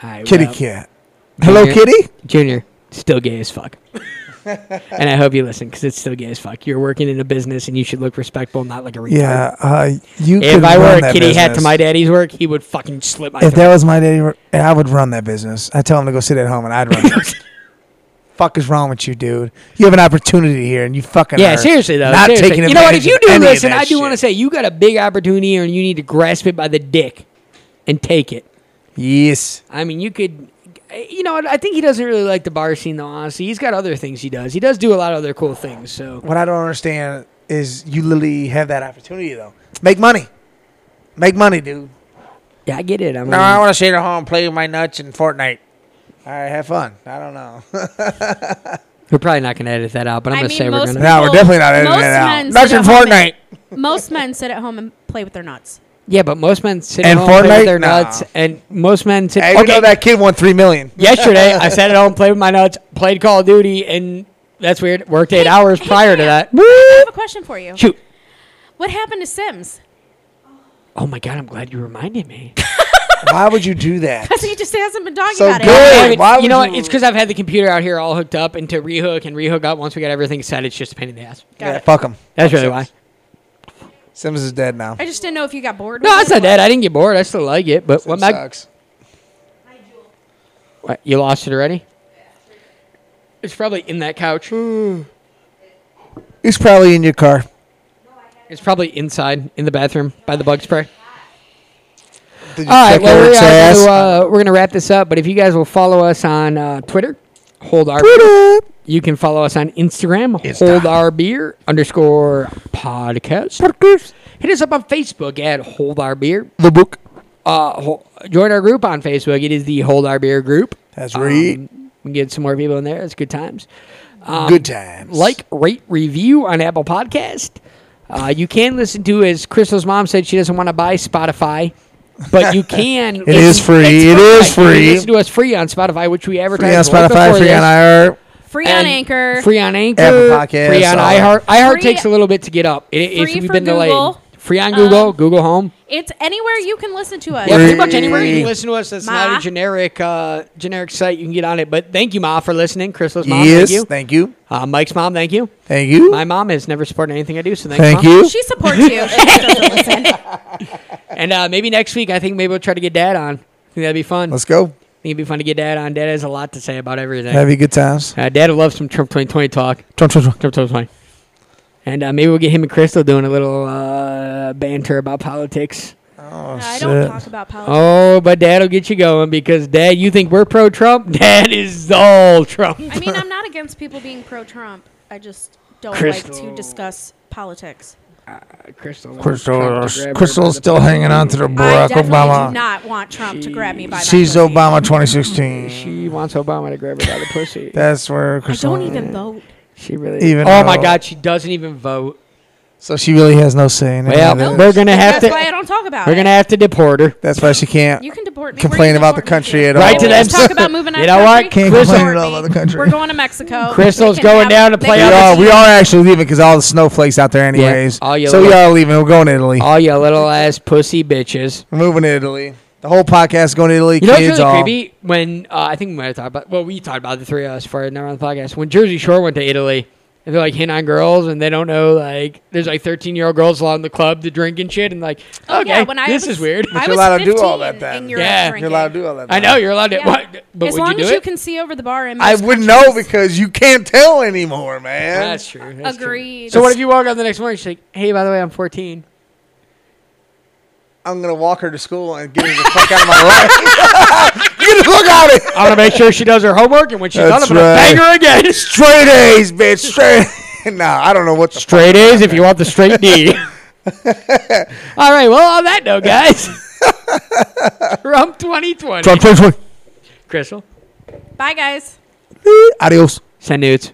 All right,
Kitty
well,
cat. Hello,
Junior-
kitty.
Junior, still gay as
<laughs>
fuck. and I hope you listen because it's still gay as fuck. You're working in a business and you should look respectful, not like a retard.
Yeah, uh, you.
If
could
I wore
run
a
that
kitty hat to
business.
my daddy's work, he would fucking slip my.
if
throat.
that was my daddy, I would run that business. I tell him to go sit at home, and I'd <laughs> run. it. Fuck is wrong with you, dude? You have an opportunity here, and you fucking
yeah,
are
seriously though.
not
seriously.
taking
you know what? If
advantage
you
of
do
any of
listen,
that
I do want to
shit.
say you got a big opportunity here and you need to grasp it by the dick and take it.
yes.
I mean, you could. You know, what, I think he doesn't really like the bar scene, though. Honestly, he's got other things he does. He does do a lot of other cool things. So
What I don't understand is you literally have that opportunity though. Make money, make money, dude.
yeah, I get it. I mean,
No, I want to sit at home, play with my nuts and Fortnite. All right, have fun. I don't know.
we're probably not gonna edit that out, but I'm
I
gonna
mean,
say we're
most
gonna.
no, we're
Well,
definitely not editing
most
that out.
men
Nuts
sit
and
at home
Fortnite.
<laughs> Most men sit at home and play with
<laughs>
their nuts.
Yeah, but most men sit
And
at home play
Fortnite?
with their
Nah.
nuts, and most men sit.
<laughs> Hey, you know that kid won three <laughs> million.
<laughs> Yesterday, I sat at home, played with my nuts, played Call of Duty, and that's weird. Worked eight
Hey,
hours
hey,
prior to
Sam.
that.
I have
<laughs>
a
Whoop.
question for you.
Shoot.
What happened to Sims? <laughs>
Oh my god, I'm glad you reminded me.
Why would you do <laughs> that?
Because he just hasn't been talking
So
about
good.
it.
<laughs> Hey,
Wait,
why
you
would
know what?
you-
It's because I've had the computer out here all hooked up, and to rehook and rehook up once we got everything set, it's just a pain in the ass.
Got
Yeah,
it.
fuck him.
That's really why.
Sims is dead now.
I just didn't know if you got bored.
No,
with
that's
it.
not dead. I didn't get bored. I still like it. But what,
Sims
my,
sucks.
what, you lost it already? It's probably in that couch.
He's probably in your car.
It's probably inside in the bathroom by the bug spray.
Did you
All right,
check
well,
Eric's
we
ass?
are gonna, uh, we're gonna wrap this up. But if you guys will follow us on uh, Twitter, hold our
Twitter.
You can follow us on Instagram, hold our beer underscore podcast. Hit us up on Facebook at hold our beer.
the book.
Uh, ho- join our group on Facebook. It is the hold our beer group.
That's right.
Um, we can get some more people in there. It's good times.
Good times.
Like, rate, review on Apple Podcast. Uh, you can listen to, as Crystal's mom said, she doesn't want to buy Spotify, but
<laughs>
you can.
It is free. It is
You can
free.
listen to us free on Spotify, which we
Free on
advertise. right
Spotify.
before
Free on
this.
IR.
Free on
And
Anchor.
Free on Anchor.
Apple Podcasts,
Free on
all
iHeart.
that.
iHeart
Free-
takes a little bit to get up. It, it's-
Free
we've
for
been delayed.
Google. Um,
Free on Google, Google Home.
It's anywhere you can listen to us.
Yeah, pretty
Free.
much anywhere you can listen to us. That's
Ma.
not a generic, uh, generic site you can get on it. But thank you, Ma, for listening. Crystal's mom, thank
yes.
you.
Thank you.
uh, Mike's mom, thank you.
Thank you.
My mom has never supported anything I do, so thanks,
Thank
Mom.
you.
She
<laughs>
supports you. if she doesn't listen.
And uh, maybe next week, I think maybe we'll try to get Dad on. I think that'd be fun.
Let's go.
I think it'd be fun to get Dad on. Dad has a lot to say about everything.
Have you good times?
Uh, Dad will love some Trump 2020 talk.
Trump, Trump, Trump.
Trump 2020. And uh, maybe we'll get him and Crystal doing a little uh, banter about politics.
I Oh,
I
shit.
don't talk about politics.
Oh, but Dad'll get you going because Dad, you think we're pro Trump? <laughs> Dad is all Trump.
I mean, I'm not against people being pro-Trump. I just don't like to
Crystal.
discuss politics.
Uh, Crystal.
Crystal's, uh, Crystal's still hanging on to the
I
Barack
definitely do
Obama.
not want Trump to grab me by my
She's
pussy.
Obama 2016.
She wants Obama to grab her by the
<laughs>
pussy.
That's where
I
Crystal.
don't even vote.
She really.
Even
oh my
though-
God, she doesn't even vote.
So she really has no say in it.
Well, we're gonna have
That's why I
to.
don't talk about
We're
it.
gonna have to deport her.
That's why she can't.
You can deport me.
complain
Where you
about the
deport me
country
to?
at all.
Right to
Let's
them.
<laughs>
talk about moving out
You
of
know what?
country.
Can't
complain
Deport
about
me.
the country.
We're going
<laughs>
to Mexico.
Crystal's
They can
going
have-
down to
they
play
we
can
out
are
have-
we are actually leaving because all the snowflakes out there anyways.
all you
so we
little-
are leaving. We're going to Italy.
All you little ass pussy bitches.
We're moving to Italy. The whole podcast is going to Italy.
You know what's
Kids
really
all.
creepy? When uh, I think we might have talked about. Well, we talked about it, the three of us for never on the podcast. When Jersey Shore went to Italy, and they're like hitting on girls, and they don't know like there's like 13 year old girls allowed in the club to drink and shit, and like
Oh,
okay,
yeah, when I
this
was-
is
<laughs>
weird. <laughs>
I
you're
was
allowed to do all
15
that then.
in Europe
Yeah. You're
You're
drinking.
allowed to do all that.
I know you're allowed to.
Yeah.
What, but
as
would
long
you do
as
it?
you can see over the bar and
I wouldn't know because you can't tell anymore, man.
That's true. That's true.
agreed.
So what if you walk up the next morning? She's like, "Hey, by the way, I'm <laughs> 14."
I'm gonna walk her to school and get her the fuck out of my life. <laughs> get the fuck out of here.
I'm gonna make sure she does her homework, and when she's done, I'm
That's
gonna bang
right.
her <laughs> again.
Straight A's, bitch. Straight. <laughs> nah, I don't know what the fuck.
Straight A's if you want the straight D. <laughs> All right. Well, on that note, guys, <laughs> Trump 2020.
Trump 2020.
Crystal,
Bye, guys.
Adios.
send nudes.